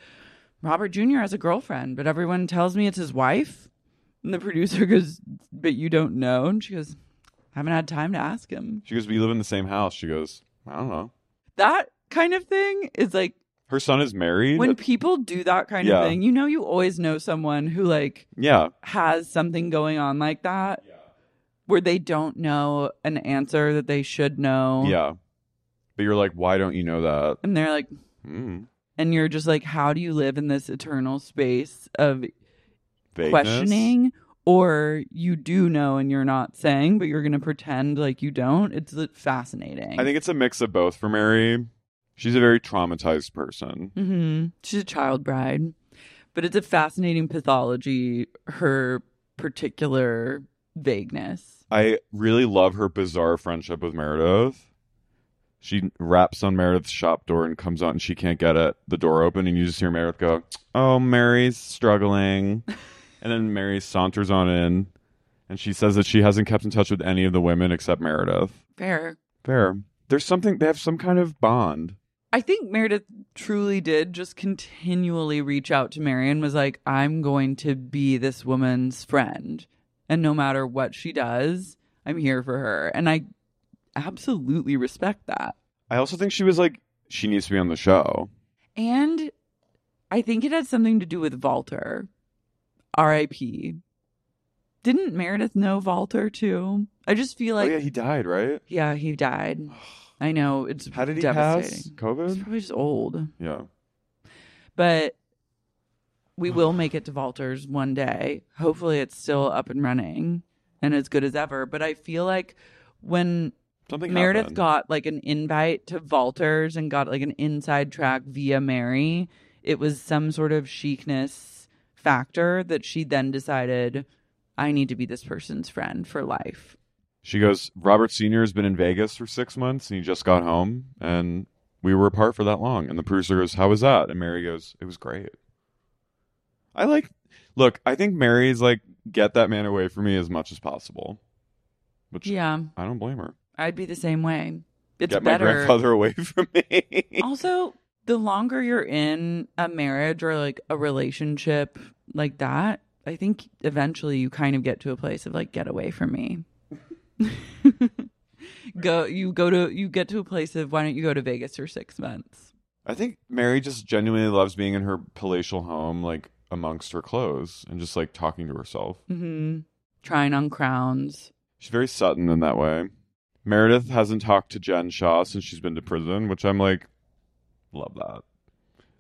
G: Robert Jr. has a girlfriend, but everyone tells me it's his wife. And the producer goes, But you don't know? And she goes, I haven't had time to ask him.
B: She goes, "We live in the same house." She goes, "I don't know."
G: That kind of thing is like
B: Her son is married.
G: when people do that kind
B: Yeah.
G: of thing, you know, you always know someone who like
B: yeah,
G: has something going on like that where they don't know an answer that they should know.
B: yeah. But you're like, "Why don't you know that?"
G: And they're like,
B: Mm,
G: and you're just like, how do you live in this eternal space of
B: vagueness.
G: questioning? Or you do know and you're not saying, but you're going to pretend like you don't. It's like, fascinating.
B: I think it's a mix of both for Mary. She's a very traumatized person.
G: hmm She's a child bride, but it's a fascinating pathology, her particular vagueness.
B: I really love her bizarre friendship with Meredith. She raps on Meredith's shop door and comes out and she can't get it. The door open and you just hear Meredith go, "Oh, Mary's struggling." And then Mary saunters on in and she says that she hasn't kept in touch with any of the women except Meredith.
C: Fair.
B: Fair. There's something, they have some kind of bond.
C: I think Meredith truly did just continually reach out to Mary and was like, I'm going to be this woman's friend. And no matter what she does, I'm here for her. And I absolutely respect that.
B: I also think she was like, she needs to be on the show. Oh,
C: And I think it had something to do with Walter. R.I.P. Didn't Meredith know Walter too? I just feel like,
B: oh, yeah,
C: yeah,
B: he died, right?
C: he, died. I know. It's
B: How did he
C: devastating.
B: pass?
C: He's
B: COVID?
C: probably just old.
B: Yeah.
C: but we will make it to Valters one day. Hopefully, it's still up and running and as good as ever. But I feel like when
B: Something
C: Meredith
B: happened.
C: got like an invite to Valters and got like an inside track via Mary, it was some sort of chicness factor that she then decided I need to be this person's friend for life.
B: She goes, Robert Sr. has been in Vegas for six months and he just got home and we were apart for that long. And the producer goes, How was that? And Mary goes, It was great. I like, look, I think Mary's like, Get that man away from me as much as possible. Which
C: Yeah,
B: I don't blame her.
C: I'd be the same way. It's
B: Get
C: better.
B: my grandfather away from me.
C: also the longer you're in a marriage or like a relationship like that i think eventually you kind of get to a place of like get away from me go you go to you get to a place of why don't you go to vegas for six months
B: I think Mary just genuinely loves being in her palatial home, like amongst her clothes and just like talking to herself.
C: mm-hmm. trying on crowns
B: She's very Sutton in that way. Meredith hasn't talked to Jen Shaw since she's been to prison, which I'm like, love that.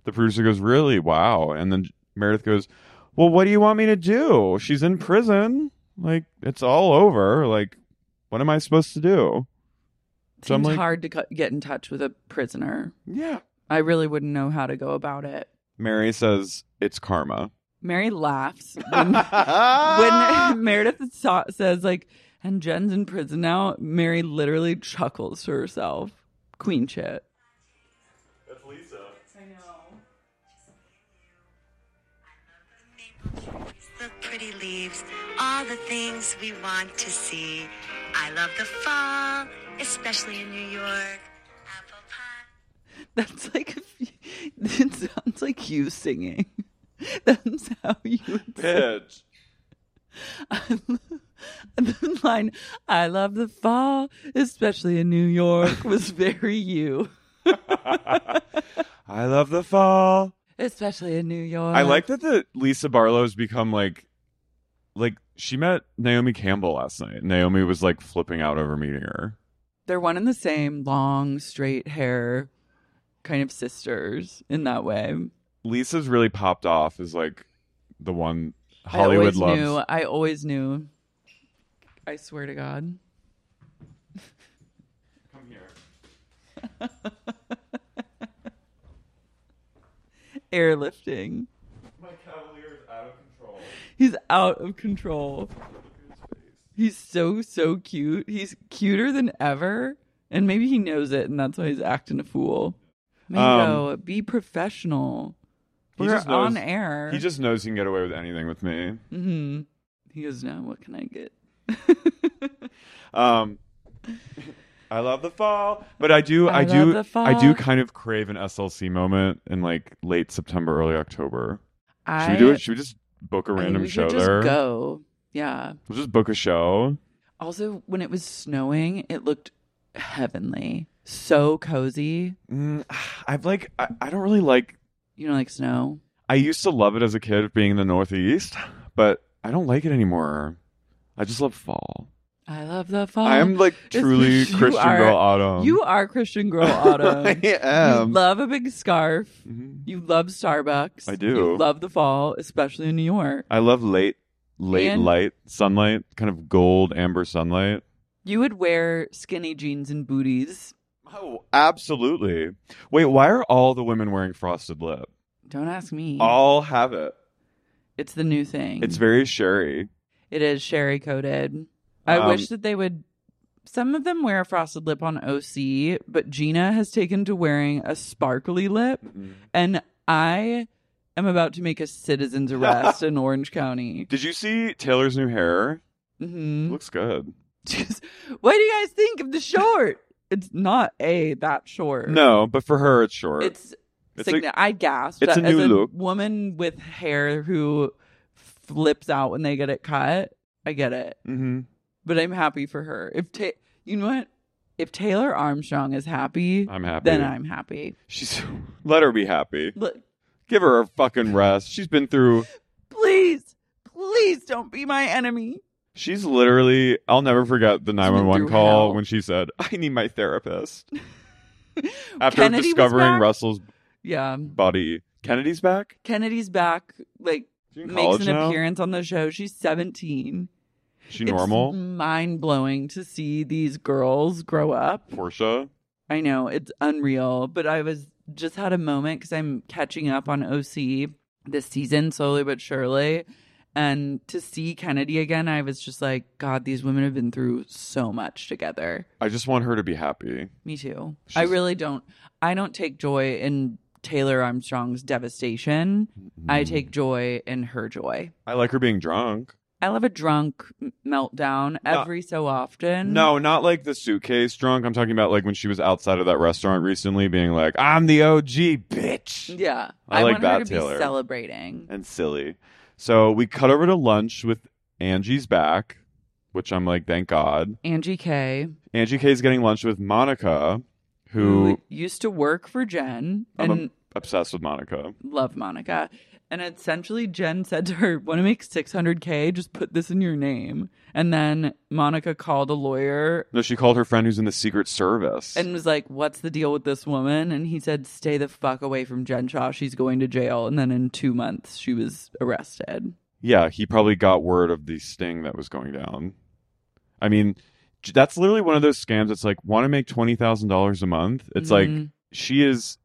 B: The producer goes, Really? Wow. And then Meredith goes, Well, what do you want me to do? She's in prison. Like, it's all over. Like, what am I supposed to do?
C: seems
B: So I'm like-
C: hard to cu- get in touch with a prisoner
B: Yeah.
C: i really wouldn't know how to go about it
B: Mary says, It's karma.
C: mary laughs when- when Meredith sa says like, and Jen's in prison now, Mary literally chuckles to herself. Queen shit.
F: The pretty leaves, all the things we want to see. I love the fall, especially in New York. Apple pie.
C: That's like it sounds like you singing. That's how you would
B: Bitch.
C: the line. I love the fall, especially in New York, was very you.
B: I love the fall.
C: Especially in New York.
B: I like that the Lisa Barlow's become like like she met Naomi Campbell last night. Naomi was like flipping out over meeting her.
C: they're one and the same, long, straight hair, kind of sisters in that way.
B: Lisa's really popped off as like the one
C: I
B: Hollywood
C: always
B: loves.
C: Knew, I always knew. I swear to God.
B: Come here.
C: Airlifting.
B: My cavalier is out of control.
C: He's out of control. He's so, so cute. He's cuter than ever. And maybe he knows it, and that's why he's acting a fool. Mango, be professional.
B: Um, He
C: We're
B: just knows-
C: on air.
B: He just knows he can get away with anything with me.
C: Mhm. He goes, now what can I get?
B: Um I love the fall, but I do, I,
C: I
B: do,
C: love the
B: I do
C: fall.
B: kind of crave an SLC moment in like late September, early October.
C: I,
B: Should we do it? Should we just book a
C: I think
B: random
C: we
B: show
C: should
B: there?
C: Just go. Yeah.
B: We'll just book a show.
C: Also, when it was snowing, it looked heavenly. So cozy.
B: Mm, I've like I, I don't really like.
C: You know, like snow.
B: I used to love it as a kid being in the Northeast, but I don't like it anymore. I just love fall.
C: I love the fall.
B: I am like
C: It's
B: truly
C: because you
B: Christian
C: are-
B: girl autumn.
C: You are Christian girl autumn.
B: I am.
C: You love a big scarf.
B: Mhm.
C: You love Starbucks.
B: I do.
C: You love the fall, especially in New York.
B: I love late, late
C: And-
B: light sunlight, kind of gold amber sunlight.
C: You would wear skinny jeans and booties.
B: Oh, absolutely. Wait, why are all the women wearing frosted lip?
C: Don't ask me.
B: All have it.
C: it's the new thing.
B: It's very sherry.
C: It is sherry coated. I
B: Um,
C: wish that they would. Some of them wear a frosted lip on
B: Mm-hmm.
C: OC, but Gina has taken to wearing a sparkly lip, and I am about to make a citizen's arrest in Orange County.
B: Did you see Taylor's new hair?
C: hmm
B: Looks good.
C: what do you guys think of the short? It's not a that short.
B: No, but for her, it's short.
C: it's.
B: It's
C: signi-
B: like-
C: I gasped.
B: it's a
C: as
B: new
C: a
B: look.
C: Woman with hair who flips out when they get it cut. I get it.
B: hmm
C: but I'm happy for her. If ta- you know what, if Taylor Armstrong is happy,
B: I'm happy.
C: Then I'm happy.
B: She's let her be happy.
C: But
B: Give her a fucking rest. She's been through.
C: please, please don't be my enemy.
B: She's literally. I'll never forget the nine one one
C: through
B: call
C: hell.
B: when she said, "I need my therapist." After
C: Kennedy was
B: discovering
C: back?
B: Russell's
C: Yeah,
B: body, Kennedy's back.
C: Kennedy's back. Like
B: She in
C: makes
B: college
C: an
B: now?
C: appearance on the show. She's 17.
B: She normal.
C: It's mind blowing to see these girls grow up.
B: Portia.
C: I know it's unreal, but I was just had a moment because I'm catching up on OC this season slowly but surely. And to see Kennedy again, I was just like, God, these women have been through so much together.
B: I just want her to be happy.
C: Me too. I
B: She's-
C: really don't. I don't take joy in Taylor Armstrong's devastation. I
B: Mm-hmm.
C: take joy in her joy.
B: I like her being drunk.
C: I love a drunk m- meltdown
B: No.
C: every so often.
B: No, not like the suitcase drunk. I'm talking about like when she was outside of that restaurant recently, being like, "I'm the OG, bitch."
C: Yeah.
B: I like
C: want
B: that,
C: her to
B: Taylor.
C: be celebrating.
B: and silly. So we cut over to lunch with Angie's back, which I'm like, thank God.
C: Angie K.
B: Angie K's getting lunch with Monica,
C: Mm,
B: who
C: used to work for Jen
B: I'm
C: and
B: obsessed with Monica.
C: love Monica. And essentially, Jen said to her, Want to make 600K? Just put this in your name. And then Monica called a lawyer
B: No, she called her friend who's in the Secret Service.
C: and was like, What's the deal with this woman? And he said, Stay the fuck away from Jen Shaw. She's going to jail. And then in two months, she was arrested.
B: yeah, he probably got word of the sting that was going down. I mean, j- that's literally one of those scams. It's like, want to make $20,000 a month? It's like,
C: Mhm.
B: she is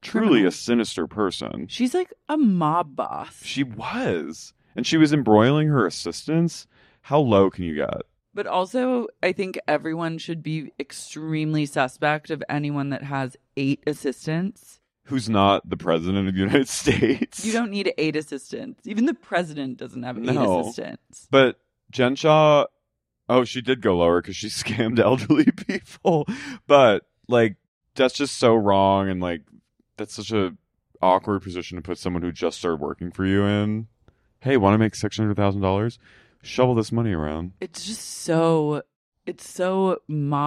B: truly
C: Criminal.
B: a sinister person.
C: She's like a mob boss.
B: She was. And she was embroiling her assistants. How low can you get?
C: But also, I think everyone should be extremely suspect of anyone that has eight assistants.
B: Who's not the president of the United States?
C: You don't need eight assistants. Even the president doesn't have eight
B: No.
C: assistants.
B: But Jen Shaw, oh, she did go lower because she scammed elderly people. But like, that's just so wrong, and like, that's such a awkward position to put someone who just started working for you in. Hey, want to make six hundred thousand dollars? Shovel this money around.
C: It's just so it's so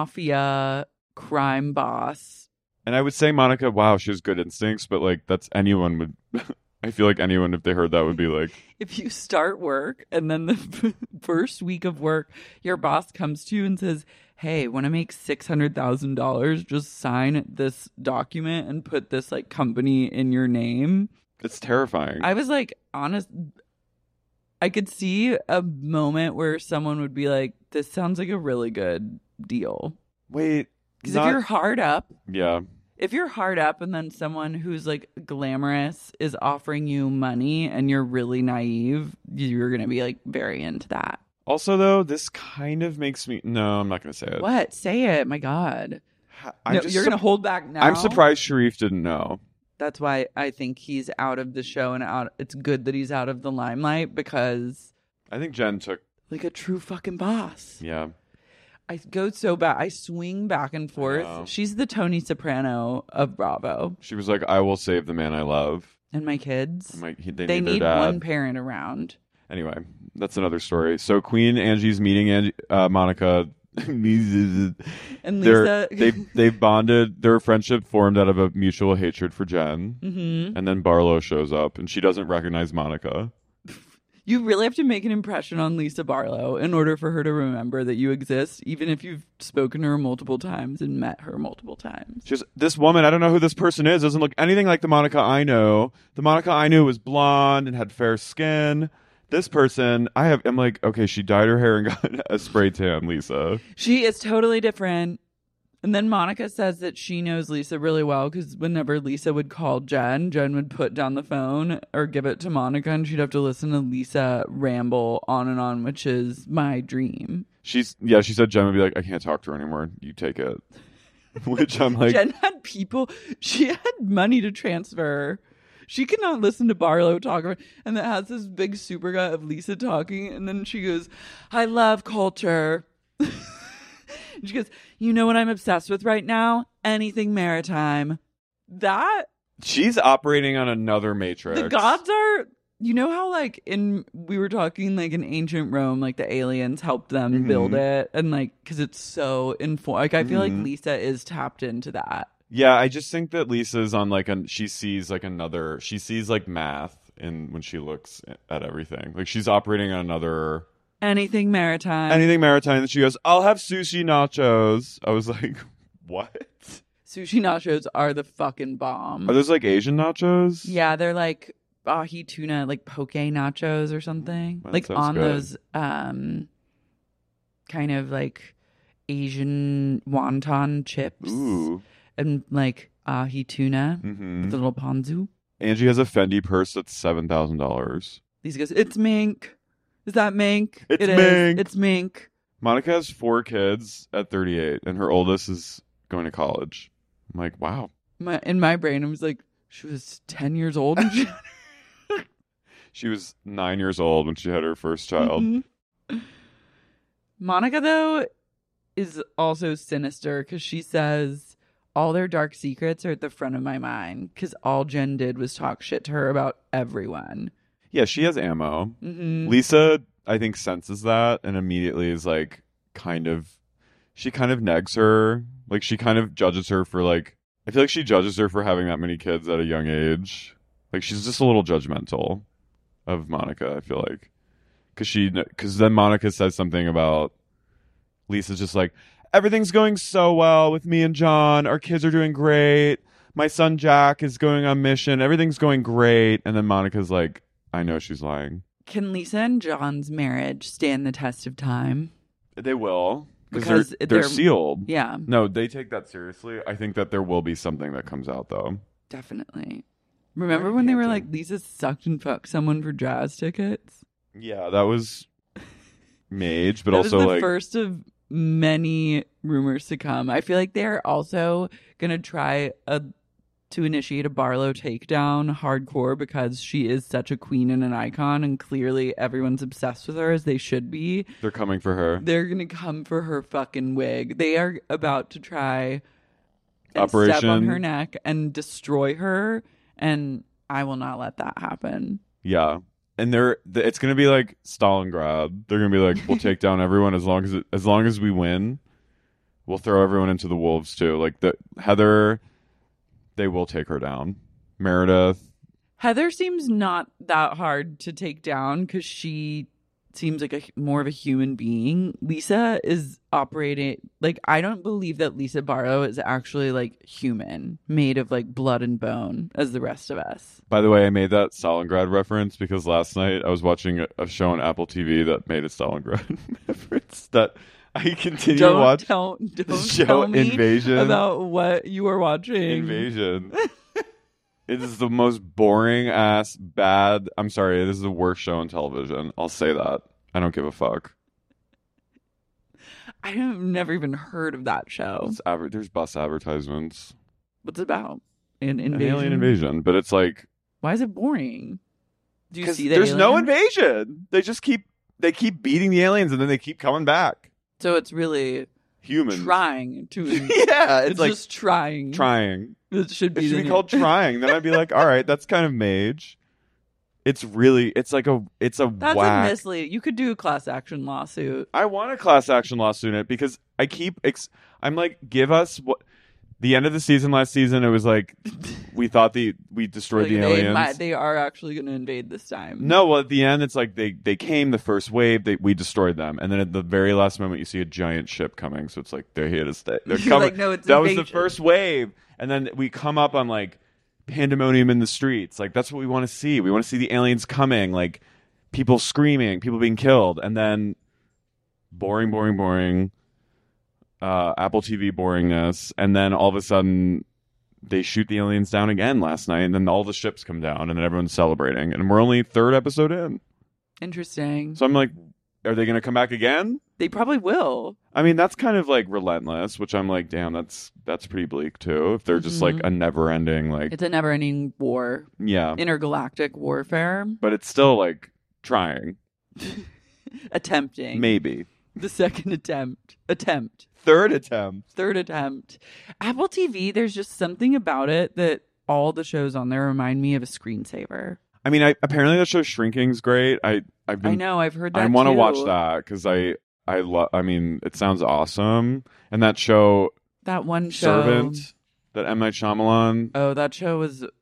C: mafia crime boss.
B: And I would say Monica, wow, she has good instincts, but like, that's anyone would. I feel like anyone, if they heard that, would be like,
C: If you start work and then the first week of work, your boss comes to you and says, "Hey, want to make six hundred thousand dollars? Just sign this document and put this like company in your name."
B: it's terrifying.
C: I was like, honest. I could see a moment where someone would be like, "This sounds like a really good deal."
B: Wait,
C: Because
B: not-
C: if you're hard up,
B: yeah,
C: if you're hard up and then someone who's like glamorous is offering you money and you're really naive, you're going to be like very into that.
B: Also, though, this kind of makes me. No, I'm not going to say it.
C: What? Say it. My God.
B: Ha- I'm
C: No,
B: just
C: you're
B: sup-
C: going to hold back now.
B: I'm surprised Sharif didn't know.
C: That's why I think he's out of the show and out. It's good that he's out of the limelight because
B: I think Jen took.
C: like a true fucking boss.
B: Yeah,
C: I go so bad. I swing back and forth.
B: know.
C: She's the Tony Soprano of Bravo
B: she was like, "I will save the man I love."
C: and my kids.
B: I'm like, he- they,
C: they
B: need,
C: need
B: their dad.
C: one parent around.
B: anyway, that's another story. So Queen Angie's meeting Angie, uh, Monica.
C: And Lisa.
B: They're- they they bonded. Their friendship formed out of a mutual hatred for Jen,
C: hmm
B: and then Barlow shows up, and she doesn't recognize Monica.
C: You really have to make an impression on Lisa Barlow in order for her to remember that you exist, even if you've spoken to her multiple times and met her multiple times.
B: She's this woman. I don't know who this person is. Doesn't look anything like the Monica I know. The Monica I knew was blonde and had fair skin. This person, I have. I'm like, okay, she dyed her hair and got a spray tan, Lisa.
C: She is totally different. And then Monica says that she knows Lisa really well because whenever Lisa would call Jen, Jen would put down the phone or give it to Monica, and she'd have to listen to Lisa ramble on and on, which is my dream.
B: She's yeah. She said Jen would be like, I can't talk to her anymore. You take it. Which I'm like,
C: Jen had people, she had money to transfer. she cannot listen to Barlow talk. about- And that has this big super gut of Lisa talking. And then she goes, I love culture. and she goes, You know what I'm obsessed with right now? Anything maritime. That
B: She's operating on another matrix.
C: the gods are you know how like in we were talking like in ancient Rome like the aliens helped them build it and like cuz it's so informed like I feel like Lisa is tapped into that.
B: Yeah, I just think that Lisa's on like an she sees like another she sees like math in when she looks at everything. Like she's operating on another
C: Anything maritime.
B: anything maritime that she goes, I'll have sushi nachos. I was like, What?
C: Sushi nachos are the fucking bomb.
B: Are those like Asian nachos?
C: yeah, they're like ahi tuna like poke nachos or something.
B: That
C: like
B: sounds
C: on
B: good.
C: those um kind of like Asian wonton chips
B: Ooh.
C: and like ahi tuna
B: hmm
C: with a little ponzu.
B: Angie has a Fendi purse that's seven thousand dollars.
C: Lisa goes, It's mink. Is that mink?
B: It's
C: is.
B: mink."
C: It's mink.
B: Monica has four kids at thirty eight, and her oldest is going to college. I'm like, wow.
C: My, in my brain, I was like, She was 10 years old. and she-
B: She was nine years old when she had her first child.
C: Mhm. Monica, though, is also sinister because she says, All their dark secrets are at the front of my mind because all Jen did was talk shit to her about everyone.
B: Yeah, she has ammo.
C: Mm-hmm.
B: Lisa, I think, senses that and immediately is like, kind of, she kind of negs her. Like, she kind of judges her for, like, I feel like she judges her for having that many kids at a young age. Like, she's just a little judgmental of Monica, I feel like. Cause she, kn- cause then Monica says something about Lisa's just like, everything's going so well with me and John. Our kids are doing great. My son Jack is going on mission. Everything's going great. And then Monica's like, I know she's lying.
C: Can Lisa and John's marriage stand the test of time?
B: They will because
C: Because
B: they're, they're
C: they're-
B: sealed.
C: Yeah,
B: No, they take that seriously. I think that there will be something that comes out though.
C: definitely. Remember when they were like, Lisa sucked and fucked someone for jazz tickets?
B: Yeah, that was Mage, but
C: that
B: also
C: was the
B: like
C: first of many rumors to come. I feel like they're also gonna try a to initiate a Barlow takedown hardcore because she is such a queen and an icon, and clearly everyone's obsessed with her as they should be.
B: they're coming for her.
C: They're gonna come for her fucking wig. They are about to try and step on
B: Operation-
C: her neck and destroy her, and I will not let that happen.
B: Yeah. And they're th- it's gonna be like Stalingrad. They're gonna be like, we'll take down everyone as long as it, as long as we win. We'll throw everyone into the wolves too. Like the Heather, they will take her down. Meredith,
C: Heather seems not that hard to take down because she seems like a more of a human being. Lisa is operating like I don't believe that Lisa Barlow is actually like human, made of like blood and bone as the rest of us.
B: By the way, I made that Stalingrad reference because last night I was watching a, a show on Apple TV that made a Stalingrad reference that I continue to
C: don't
B: watch
C: tell, don't
B: show
C: tell me
B: Invasion.
C: about what you are watching.
B: Invasion. it is the most boring ass bad. I'm sorry, it is the worst show on television. I'll say that. I don't give a fuck.
C: I have never even heard of that show.
B: It's adver- there's bus advertisements.
C: What's it about? An
B: An
C: invasion.
B: alien invasion, but it's like
C: Why is it boring? Do you
B: 'cause
C: see the
B: there's no
C: alien?
B: invasion. They just keep they keep beating the aliens and then they keep coming back.
C: So it's really
B: Humans.
C: trying to.
B: yeah, it's,
C: it's
B: like
C: just trying.
B: trying.
C: It should be,
B: It
C: the
B: should be
C: name.
B: called trying. Then I'd be like, all right, that's kind of mage. It's really, it's like a, it's a
C: That's a
B: whack.
C: mislead. You could do a class action lawsuit.
B: I want a class action lawsuit in it because I keep, ex- I'm like, give us what. The end of the season last season, it was like, we thought the we destroyed
C: Like,
B: the
C: they,
B: aliens.
C: might- they are actually going to invade this time.
B: No, well, at the end, it's like they they came the first wave, they we destroyed them, and then at the very last moment, you see a giant ship coming. So it's like they're here to stay. They're
C: You're
B: coming.
C: like, no, it's
B: that was the
C: invasion.
B: first wave, and then we come up on like pandemonium in the streets. Like that's what we want to see. We want to see the aliens coming, like people screaming, people being killed, and then boring, boring, boring. Uh, Apple TV boringness, and then all of a sudden they shoot the aliens down again last night, and then all the ships come down, and then everyone's celebrating. And we're only third episode in,
C: Interesting.
B: so I'm like, are they going to come back again?
C: They probably will.
B: I mean, that's kind of like relentless, which I'm like, damn, that's that's pretty bleak too. If they're just
C: Mm-hmm.
B: like a never ending, like
C: It's a never ending war,
B: yeah,
C: intergalactic warfare.
B: but it's still like trying,
C: Attempting.
B: maybe
C: The second attempt. Attempt.
B: third attempt.
C: third attempt. Apple TV, there's just something about it that all the shows on there remind me of a screensaver.
B: I mean, I apparently that show Shrinking's great. I I've been
C: I know, I've heard that.
B: I want to
C: too.
B: watch that because I I love. I mean, it sounds awesome. And that show
C: That one show.
B: Servant that M Night Shyamalan.
C: Oh, that show was
B: It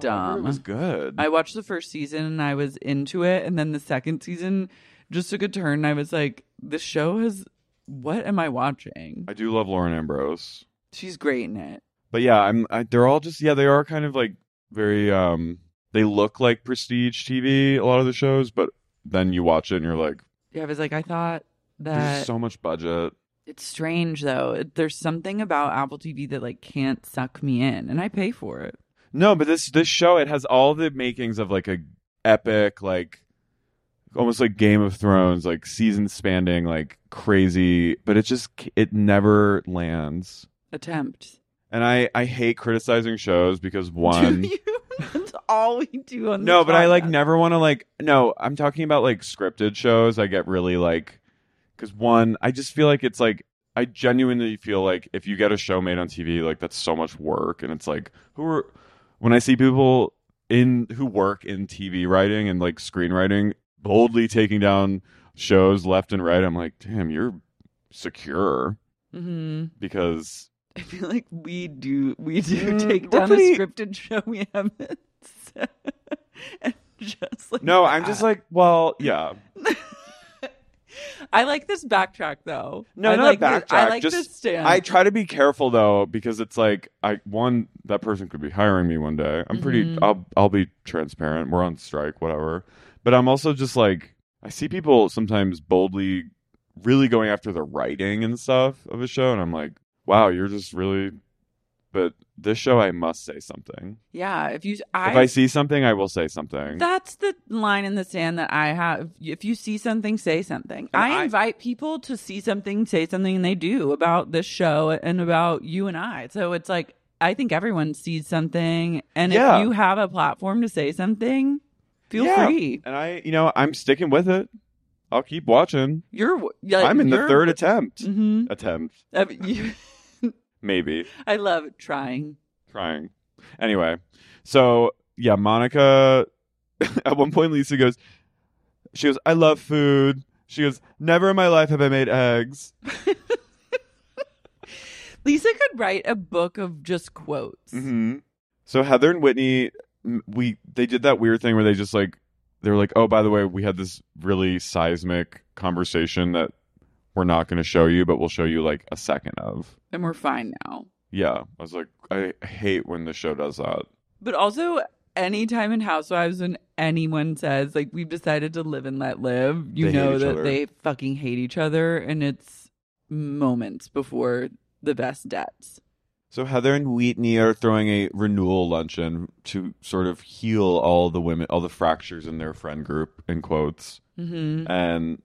C: dumb.
B: was good.
C: I watched the first season and I was into it, and then the second season just took a turn. And I was like, this show has. What am I watching?
B: I do love Lauren Ambrose,
C: She's great in it.
B: but yeah, I'm. I, they're all just yeah. They are kind of like very. um They look like prestige TV. A lot of the shows, but then you watch it and you're like,
C: Yeah, I was like, I thought that
B: there's so much budget.
C: It's strange though. It- There's something about Apple TV that like can't suck me in, and I pay for it.
B: No, but this this show it has all the makings of like a epic like almost like Game of Thrones like season spanning like crazy, but it just c- it never lands.
C: Attempt.
B: And I I hate criticizing shows because one
C: Do you? That's all we do on.
B: No,
C: this
B: but I like
C: podcast.
B: never want to like no, I'm talking about like scripted shows. I get really like cuz one, I just feel like it's like I genuinely feel like if you get a show made on TV, like that's so much work and it's like who are when I see people in who work in TV writing and like screenwriting boldly taking down shows left and right, I'm like, "Damn, you're secure
C: Mhm.
B: because
C: I feel like we do. We do
B: Mm,
C: take
B: we're
C: down
B: pretty-
C: a scripted show we haven't. said. and just like
B: No, I'm just
C: that.
B: like, well, yeah.
C: I like this backtrack though.
B: No,
C: I
B: not
C: like
B: backtrack.
C: This, I like
B: just,
C: this stand.
B: I try to be careful though because it's like I one that person could be hiring me one day. I'm pretty.
C: Mm-hmm.
B: I'll I'll be transparent. We're on strike, whatever. But I'm also just like I see people sometimes boldly, really going after the writing and stuff of a show, and I'm like, wow, you're just really. But this show, I must say something.
C: yeah, if you,
B: if I see something, I will say something.
C: That's the line in the sand that I have. If you see something, say something. I,
B: I-
C: invite people to see something, say something, and they do about this show and about you and I. So it's like, I think everyone sees something. And
B: Yeah.
C: if you have a platform to say something, feel
B: Yeah.
C: free.
B: And I, you know, I'm sticking with it. I'll keep watching.
C: You're, like,
B: I'm in the
C: you're-
B: third attempt.
C: Mhm.
B: Attempt,
C: I mean, you-
B: maybe.
C: I love trying.
B: trying. Anyway, so yeah, Monica. at one point, Lisa goes. She goes, "I love food." She goes, "Never in my life have I made eggs."
C: Lisa could write a book of just quotes.
B: Mm-hmm. So Heather and Whitney, m- we they did that weird thing where they just like they were like, "Oh, by the way, we had this really seismic conversation that we're not going to show you, but we'll show you like a second of."
C: And we're fine now.
B: Yeah, I was like, I hate when the show does that.
C: But also, anytime in Housewives, when anyone says, like, we've decided to live and let live, you
B: They hate
C: know
B: each
C: that
B: other.
C: they fucking hate each other. And it's moments before the best debts.
B: So Heather and Wheatney are throwing a renewal luncheon to sort of heal all the women, all the fractures in their friend group, in quotes. Mm-hmm.
C: hmm
B: And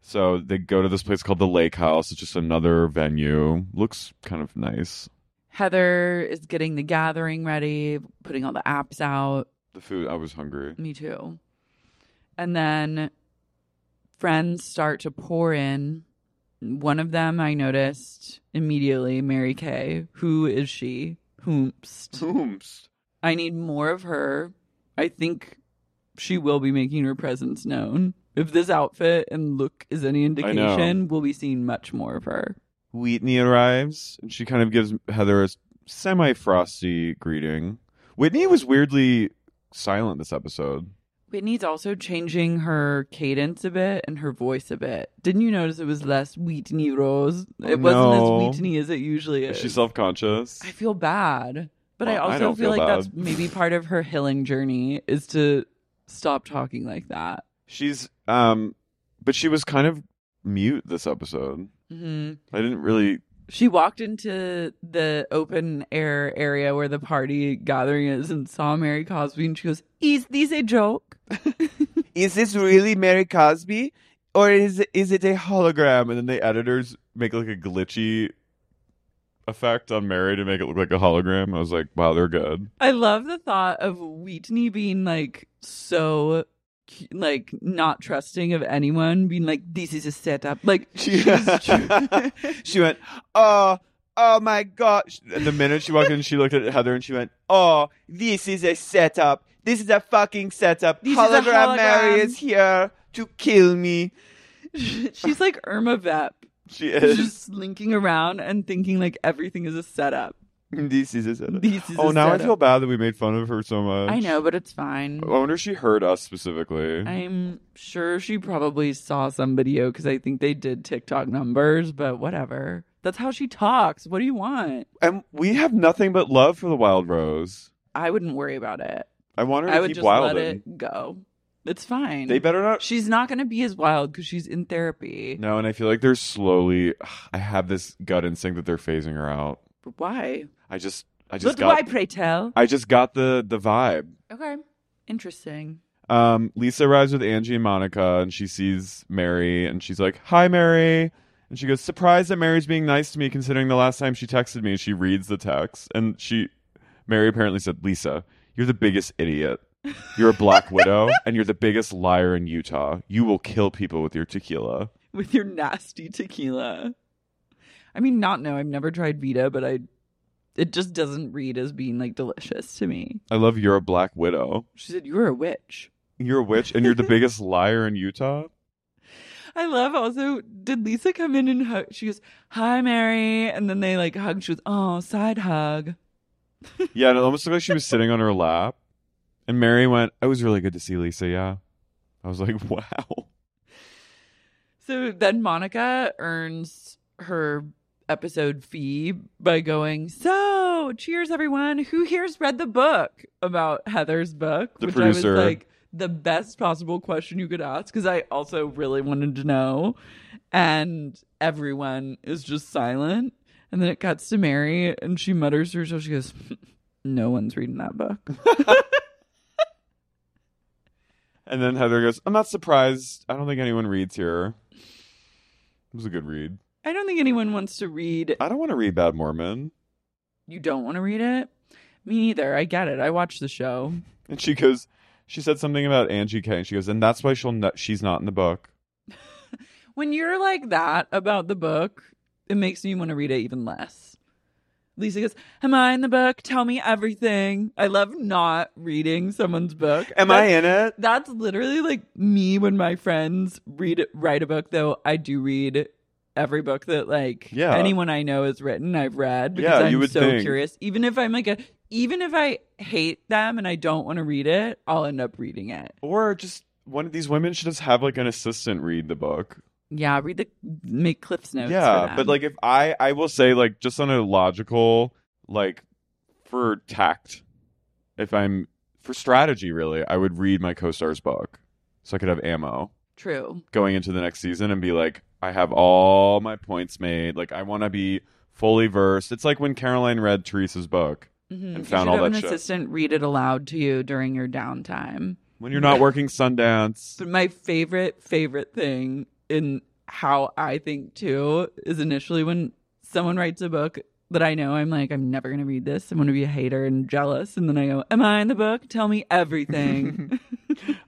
B: so they go to this place called the Lake House. It's just another venue. Looks kind of nice.
C: Heather is getting the gathering ready, putting all the apps out.
B: The food. I was hungry.
C: Me too. And then friends start to pour in. One of them I noticed immediately, Mary Kay. Who is she? Whomst.
B: Tombs.
C: I need more of her. I think she will be making her presence known. If this outfit and look is any
B: know.
C: indication, we'll be seeing much more of her.
B: Wheatney arrives, and she kind of gives Heather a semi-frosty greeting. Whitney was weirdly silent this episode.
C: Whitney's also changing her cadence a bit and her voice a bit. Didn't you notice it was less Whitney Rose? It
B: No.
C: wasn't as Whitney as it usually
B: Is
C: is.
B: she self-conscious?
C: I feel bad, but I
B: Well, I
C: also
B: don't
C: feel,
B: feel
C: like
B: bad.
C: that's maybe part of her healing journey is to stop talking like that.
B: She's um but she was kind of mute this episode.
C: hmm
B: I didn't really
C: She walked into the open air area where the party gathering is and saw Mary Cosby and she goes, Is this a joke?
B: Is this really Mary Cosby? or is it, is it a hologram? And then the editors make like a glitchy effect on Mary to make it look like a hologram. I was like, wow, they're good.
C: I love the thought of Wheatney being like so cu- like not trusting of anyone, being like, "This is a setup." Like she's tr-
B: she went, oh, oh my gosh. And the minute she walked in, she looked at Heather and she went, oh, this is a setup. This is a fucking setup.
C: This is a hologram.
B: Mary is here to kill me.
C: she's like Irma Vep,
B: She
C: She's
B: is.
C: just slinking around and thinking like everything is a setup.
B: This is a setup.
C: This is
B: oh,
C: a
B: now I
C: setup.
B: feel bad that we made fun of her so much.
C: I know, but it's fine.
B: I wonder if she heard us specifically.
C: I'm sure she probably saw some video because I think they did TikTok numbers, but whatever. That's how she talks. What do you want?
B: and we have nothing but love for the Wild Rose.
C: I wouldn't worry about it.
B: I want her to
C: I would
B: keep
C: just
B: wilding.
C: let it go. It's fine.
B: They better not.
C: She's not going to be as wild because she's in therapy.
B: No, and I feel like they're slowly. I have this gut instinct that they're phasing her out.
C: Why?
B: I just, I just
C: But
B: got,
C: why, pray tell?
B: I just got the the vibe.
C: Okay. Interesting.
B: Um, Lisa arrives with Angie and Monica, and she sees Mary, and she's like, "Hi, Mary." And she goes, "Surprised that Mary's being nice to me, considering the last time she texted me." She reads the text, and she, Mary, apparently said, "Lisa, you're the biggest idiot. You're a black widow, and you're the biggest liar in Utah. You will kill people with your tequila."
C: With your nasty tequila. I mean, not no. I've never tried Vita, but I. It just doesn't read as being like delicious to me.
B: I love you're a black widow.
C: She said, You're a witch.
B: You're a witch, and you're the biggest liar in Utah.
C: I love also, did Lisa come in and hug? She goes, Hi, Mary. And then they like hug. She goes, Oh, side hug.
B: Yeah, and it almost looked like she was sitting on her lap. And Mary went, "It was really good to see Lisa." Yeah, I was like, "Wow."
C: So then Monica earns her episode fee by going, So, cheers, everyone. Who here's read the book about Heather's book?
B: The
C: Which I
B: producer.
C: was like, the best possible question you could ask because I also really wanted to know. And everyone is just silent. And then it cuts to Mary and she mutters to herself, She goes, No one's reading that book.
B: And then Heather goes, I'm not surprised. I don't think anyone reads here. It was a good read.
C: I don't think anyone wants to read
B: I don't want to read Bad Mormon.
C: You don't want to read it? Me neither. I get it. I watched the show.
B: And she goes, she said something about Angie K. And she goes, and that's why she'll not, she's not in the book.
C: When you're like that about the book, it makes me want to read it even less. Lisa goes, Am I in the book? Tell me everything. I love not reading someone's book. That's-
B: in it?
C: That's literally like me when my friends read write a book though. I do read every book that like
B: Yeah.
C: anyone I know has written, I've read because
B: Yeah,
C: I'm
B: you would
C: so
B: think.
C: curious. Even if I'm like a even if I hate them and I don't want to read it, I'll end up reading it.
B: Or just one of these women should just have like an assistant read the book.
C: Yeah, read the make cliffs notes. for
B: yeah.
C: them.
B: But like if I, I will say like just on a logical, like for tact, if I'm for strategy really, I would read my co-star's book so I could have ammo.
C: true.
B: going into the next season and be like, I have all my points made. Like, I want to be fully versed. It's like when Caroline read Teresa's book.
C: Mhm.
B: And
C: You
B: found
C: should
B: all
C: have
B: that
C: an
B: shit.
C: assistant read it aloud to you during your downtime.
B: When you're not working Sundance,
C: But my favorite, favorite thing in how I think too is initially when someone writes a book that I know I'm like, I'm never going to read this. I'm going to be a hater and jealous. And then I go, Am I in the book? Tell me everything.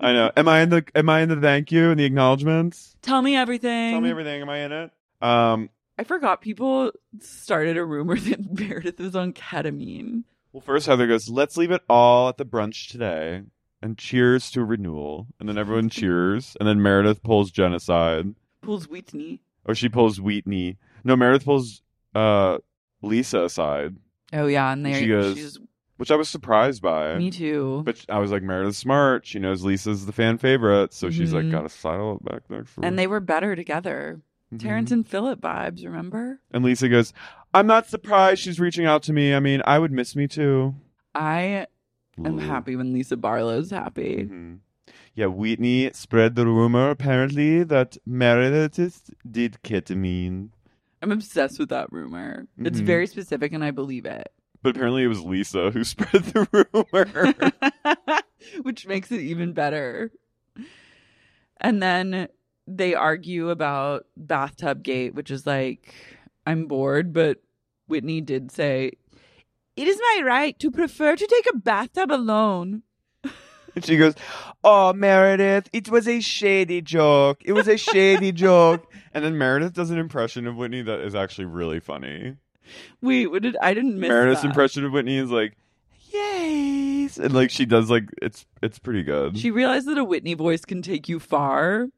B: I know. Am I in the Am I in the thank you and the acknowledgments?
C: Tell me everything.
B: Tell me everything. Am I in it? Um.
C: I forgot people started a rumor that Meredith is on ketamine.
B: Well, first Heather goes, "Let's leave it all at the brunch today." And cheers to renewal. And then everyone cheers. And then Meredith pulls genocide.
C: Pulls Whitney.
B: Or she pulls Wheatney. No, Meredith pulls uh, Lisa aside,
C: Oh, yeah. And there
B: She goes,
C: she's,
B: which I was surprised by.
C: Me too.
B: But I was like, Meredith's smart. She knows Lisa's the fan favorite, so she's like,
C: Mhm.
B: gotta sidle it back next.
C: and they were better together.
B: Mhm.
C: Terrence and Philip vibes, remember?
B: and Lisa goes, I'm not surprised she's reaching out to me. I mean, I would miss me too.
C: I am
B: Ooh.
C: happy when Lisa Barlow's happy.
B: Mhm. Yeah, Whitney spread the rumor apparently that Meredith is- did ketamine,
C: I'm obsessed with that rumor. It's
B: Mhm.
C: very specific and I believe it.
B: but apparently it was Lisa who spread the rumor.
C: Which makes it even better. And then they argue about bathtub gate, which is like, I'm bored, but Whitney did say, It is my right to prefer to take a bathtub alone.
H: And she goes, Oh, Meredith, it was a shady joke. It was a shady joke.
B: And then Meredith does an impression of Whitney that is actually really funny.
C: Wait, what did I didn't miss
B: Meredith's
C: that.
B: impression of Whitney is like, "Yes," and like she does like it's it's pretty good.
C: She realized that a Whitney voice can take you far.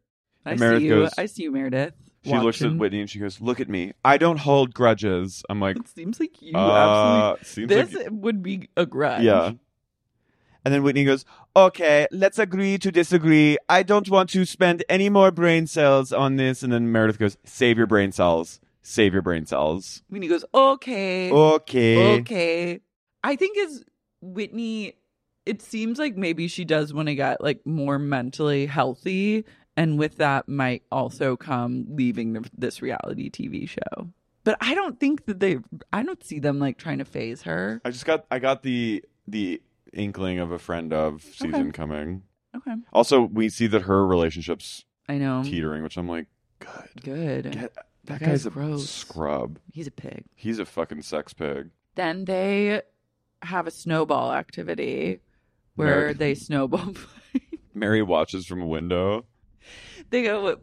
C: I
B: And Meredith
C: see you.
B: goes-
C: I see you, Meredith.
B: She looks at
C: Watching.
B: Whitney and she goes, "Look at me. I don't hold grudges." I'm like,
C: It seems like you
B: uh,
C: absolutely.
B: seems
C: This
B: like
C: would be a grudge.
B: yeah.
H: And then Whitney goes, Okay, let's agree to disagree. I don't want to spend any more brain cells on this.
B: And then Meredith goes, "Save your brain cells. Save your brain cells."
C: When he goes, okay,
H: Okay.
C: okay. I think as Whitney, it seems like maybe she does want to get like more mentally healthy, and with that might also come leaving the, this reality TV show. But I don't think that they. I don't see them like trying to phase her.
B: I just got I got the the inkling of a friend of season coming.
C: Okay,
B: Also, we see that her relationship's
C: I know.
B: teetering, which I'm like, good.
C: Good.
B: Get, that,
C: Um, That
B: guy's,
C: guy's
B: a
C: gross.
B: scrub.
C: He's a pig.
B: He's a fucking sex pig.
C: Then they have a snowball activity where
B: Nerd.
C: they snowball.
B: Mary watches from a window.
C: they go.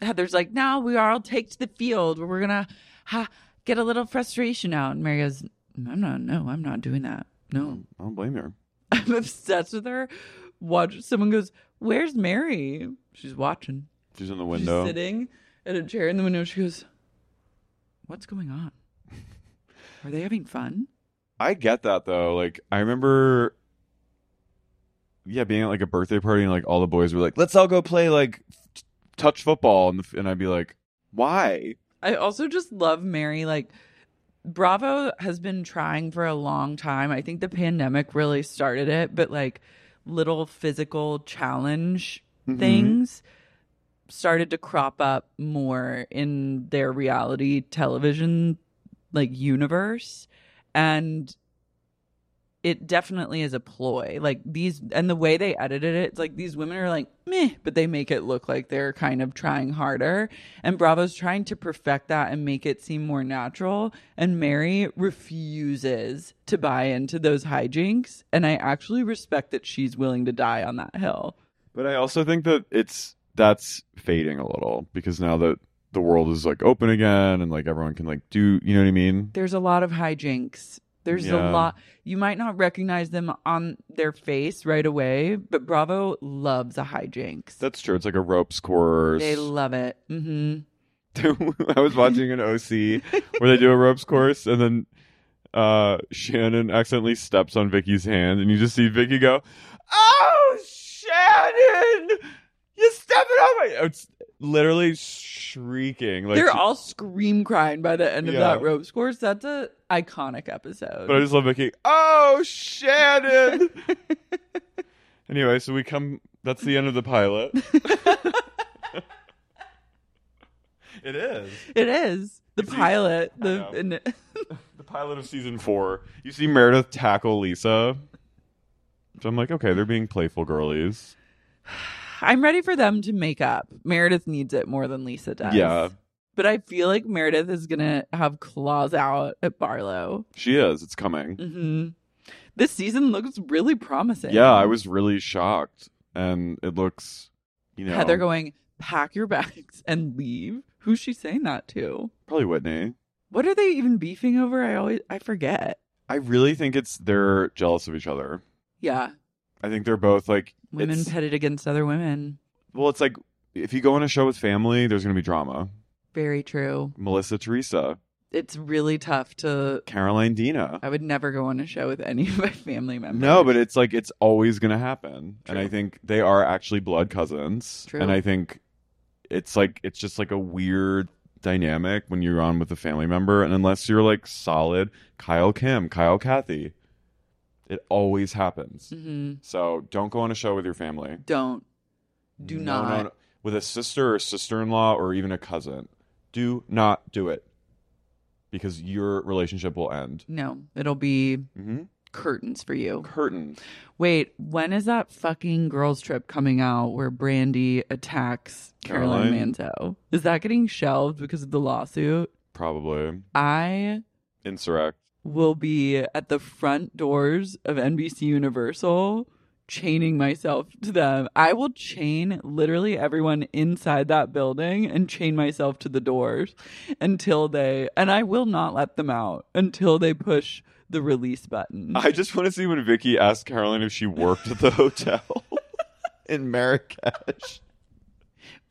C: Heather's like, now we all take to the field where we're gonna ha, get a little frustration out. And Mary goes, I'm not. No, I'm not doing that. No,
B: I don't blame her.
C: I'm obsessed with her. Watch. Someone goes, "Where's Mary?" She's watching.
B: She's in the window.
C: She's sitting at a chair in the window. She goes, "What's going on? Are they having fun?"
B: I get that though. Like I remember yeah, being at like a birthday party and like all the boys were like, "Let's all go play like t- touch football." And, the, f- and I'd be like, "Why?"
C: I also just love Mary. Like, Bravo has been trying for a long time. I think the pandemic really started it, but like little physical challenge things started to crop up more in their reality television like universe. And it definitely is a ploy. Like these, and the way they edited it, it's like these women are like meh, but they make it look like they're kind of trying harder. And Bravo's trying to perfect that and make it seem more natural. And Mary refuses to buy into those hijinks. And I actually respect that she's willing to die on that hill.
B: But I also think that it's that's fading a little because now that the world is like open again and like everyone can like do, you know what I mean?
C: There's a lot of hijinks. There's
B: Yeah.
C: a lot. You might not recognize them on their face right away, but Bravo loves a hijinks.
B: That's true. It's like a ropes course.
C: They love it. hmm
B: I was watching an OC where they do a ropes course, and then uh, Shannon accidentally steps on Vicky's hand, and you just see Vicky go, "Oh, Shannon, you stepping on my!" It's literally shrieking. Like,
C: They're
B: she-
C: all scream crying by the end of
B: Yeah.
C: that ropes course. That's a iconic episode.
B: but I just love Vicky. Oh, Shannon. anyway, so we come. That's the end of the pilot. it is.
C: it is the
B: You see-
C: pilot.
B: know.
C: The and,
B: the pilot of season four, you see Meredith tackle Lisa. So I'm like, okay, they're being playful girlies.
C: I'm ready for them to make up. Meredith needs it more than Lisa does.
B: Yeah,
C: but I feel like Meredith is gonna have claws out at Barlow.
B: she is. It's coming.
C: hmm This season looks really promising.
B: Yeah, I was really shocked, and it looks, you know,
C: Heather going pack your bags and leave. Who's she saying that to?
B: probably Whitney.
C: What are they even beefing over? I always I forget.
B: I really think it's they're jealous of each other.
C: Yeah,
B: I think they're both like
C: women
B: it's-
C: pitted against other women.
B: well, it's like if you go on a show with family, there's going to be drama.
C: Very true.
B: Melissa, Teresa,
C: It's really tough to.
B: Caroline, Dina.
C: I would never go on a show with any of my family members.
B: No, but it's like it's always going to happen. And
C: True.
B: I think they are actually blood cousins.
C: True.
B: And I think it's like it's just like a weird dynamic when you're on with a family member and unless you're like solid Kyle Kim, Kyle Kathy, it always happens.
C: Mhm.
B: So don't go on a show with your family.
C: don't. Do
B: No,
C: not.
B: no, no. with a sister or sister-in-law or even a cousin. Do not do it because your relationship will end.
C: No, it'll be
B: Mhm.
C: curtains for you.
B: Curtain.
C: Wait, when is that fucking girls trip coming out where Brandy attacks Caroline,
B: Caroline?
C: Manzo? Is that getting shelved because of the lawsuit?
B: Probably.
C: I
B: Insurrect.
C: will be at the front doors of NBC Universal chaining myself to them. I will chain literally everyone inside that building and chain myself to the doors until they and I will not let them out until they push the release button.
B: I just want to see when Vicky asked Caroline if she worked at the hotel in Marrakesh.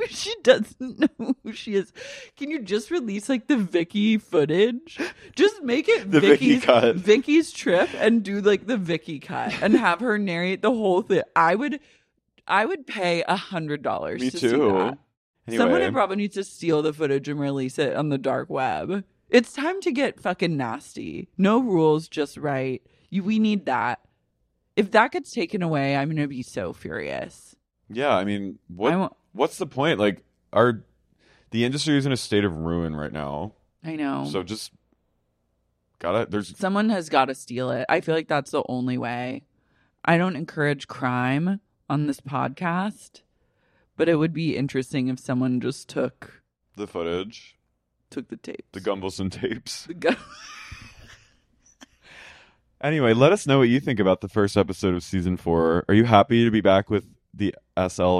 C: She doesn't know who she is. Can you just release like the Vicky footage? Just make it
B: The Vicky
C: Vicky's
B: cut.
C: Vicky's trip and do like the Vicky cut and have her narrate the whole thing. I would I would pay a hundred dollars.
B: Me
C: to See
B: too.
C: that. Someone
B: Anyway,
C: in Bravo needs to steal the footage and release it on the dark web. It's time to get fucking nasty. No rules, just right. You, we need that. If that gets taken away, I'm gonna be so furious.
B: yeah, I mean, what
C: I won't-
B: what's the point? Like, our the industry is in a state of ruin right now.
C: I know.
B: So just gotta. There's
C: Someone has got to steal it. I feel like that's the only way. I don't encourage crime on this podcast, but it would be interesting if someone just took
B: the footage,
C: took the tapes.
B: the Gumbelson tapes.
C: The gun.
B: Anyway, let us know what you think about the first episode of season four. Are you happy to be back with the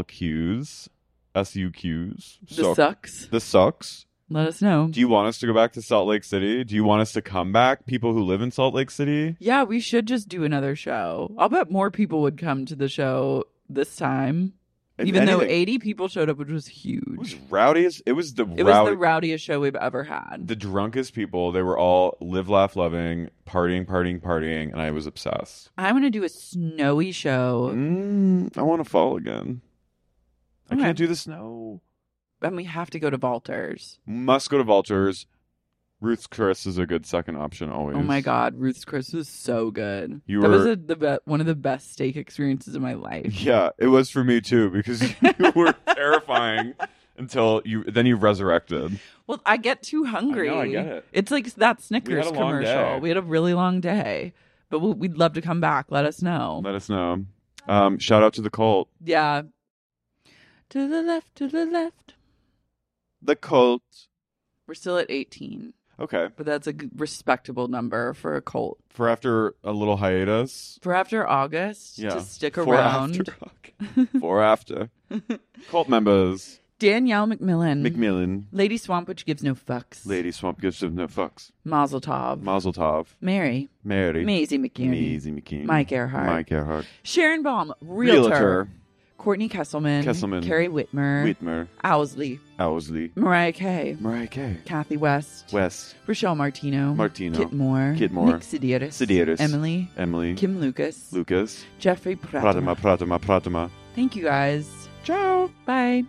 B: SLQs, SUQs,
C: The
B: Suck-
C: sucks.
B: the sucks?
C: Let us know.
B: Do you want us to go back to Salt Lake City? Do you want us to come back, people who live in Salt Lake City?
C: yeah, we should just do another show. I'll bet more people would come to the show this time.
B: If
C: even though
B: anything,
C: 80 people showed up, which was huge.
B: it was rowdy as it was the
C: It was
B: rowdy,
C: the
B: the,
C: rowdiest show we've ever had.
B: drunkest people. They were all live, laugh, loving, partying, partying, partying, and I was obsessed.
C: I'm going to do a snowy show.
B: Mm, I want to fall again. I
C: Okay.
B: can't do the snow.
C: And we have to go to Valters.
B: Must go to Vultures. Ruth's Chris is a good second option always.
C: Oh my god, Ruth's Chris was so good.
B: You
C: that was
B: were-
C: a, the be- one of the best steak experiences of my life.
B: Yeah, it was for me too because you were terrifying until you then you resurrected.
C: Well, I get too hungry.
B: I know, I get it.
C: It's like that Snickers
B: long
C: commercial.
B: day.
C: We had a really long day, but we- we'd love to come back. Let us know.
B: Let us know. Um, shout out to the cult.
C: yeah. To the left, to the left.
B: The cult.
C: We're still at 18,
B: Okay.
C: but that's a g- respectable number for a cult.
B: For after a little hiatus.
C: For after August
B: Yeah.
C: to stick
B: For
C: around.
B: after. For after. cult members.
C: Danielle McMillan.
B: McMillan.
C: Lady Swamp, which gives no fucks.
B: Lady Swamp gives of no fucks.
C: Mazel Tov.
B: Mazel tov.
C: Mary.
B: Mary.
C: Maisie McKinney.
B: Maisie McKinney.
C: Mike Earhart.
B: Mike Earhart.
C: Sharon Baum, realtor.
B: Realtor.
C: Courtney Kesselman.
B: Kesselman.
C: Carrie Whitmer.
B: Whitmer.
C: Owsley.
B: Owsley.
C: Mariah Kay.
B: Mariah Kay.
C: Kathy West.
B: West.
C: Rochelle Martino.
B: Martino.
C: Kit Moore.
B: Kit Moore.
C: Nick Sidiotis.
B: Sidiotis.
C: Emily.
B: Emily.
C: Kim Lucas.
B: Lucas.
C: Jeffrey Pratima.
B: Pratima, Pratima, Pratima.
C: Thank you guys. Ciao. Bye.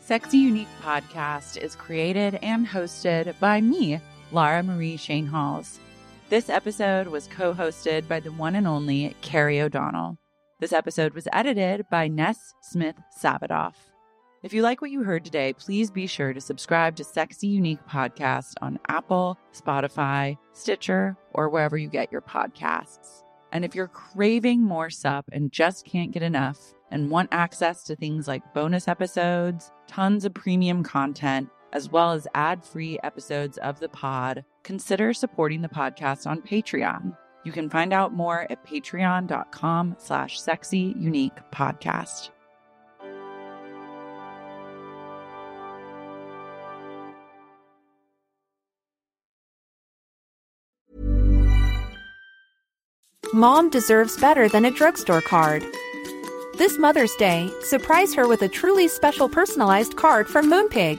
C: Sexy Unique Podcast is created and hosted by me, Lara Marie Shane Halls. This episode was co hosted by the one and only Carrie O'Donnell. This episode was edited by Ness Smith Savadoff. If you like what you heard today, please be sure to subscribe to Sexy Unique Podcast on Apple, Spotify, Stitcher, or wherever you get your podcasts. And if you're craving more sup and just can't get enough and want access to things like bonus episodes, tons of premium content, as well as ad free episodes of the pod, consider supporting the podcast on Patreon. You can find out more at patreon.com slash sexy unique podcast.
I: Mom deserves better than a drugstore card. This Mother's Day, surprise her with a truly special personalized card from Moonpig.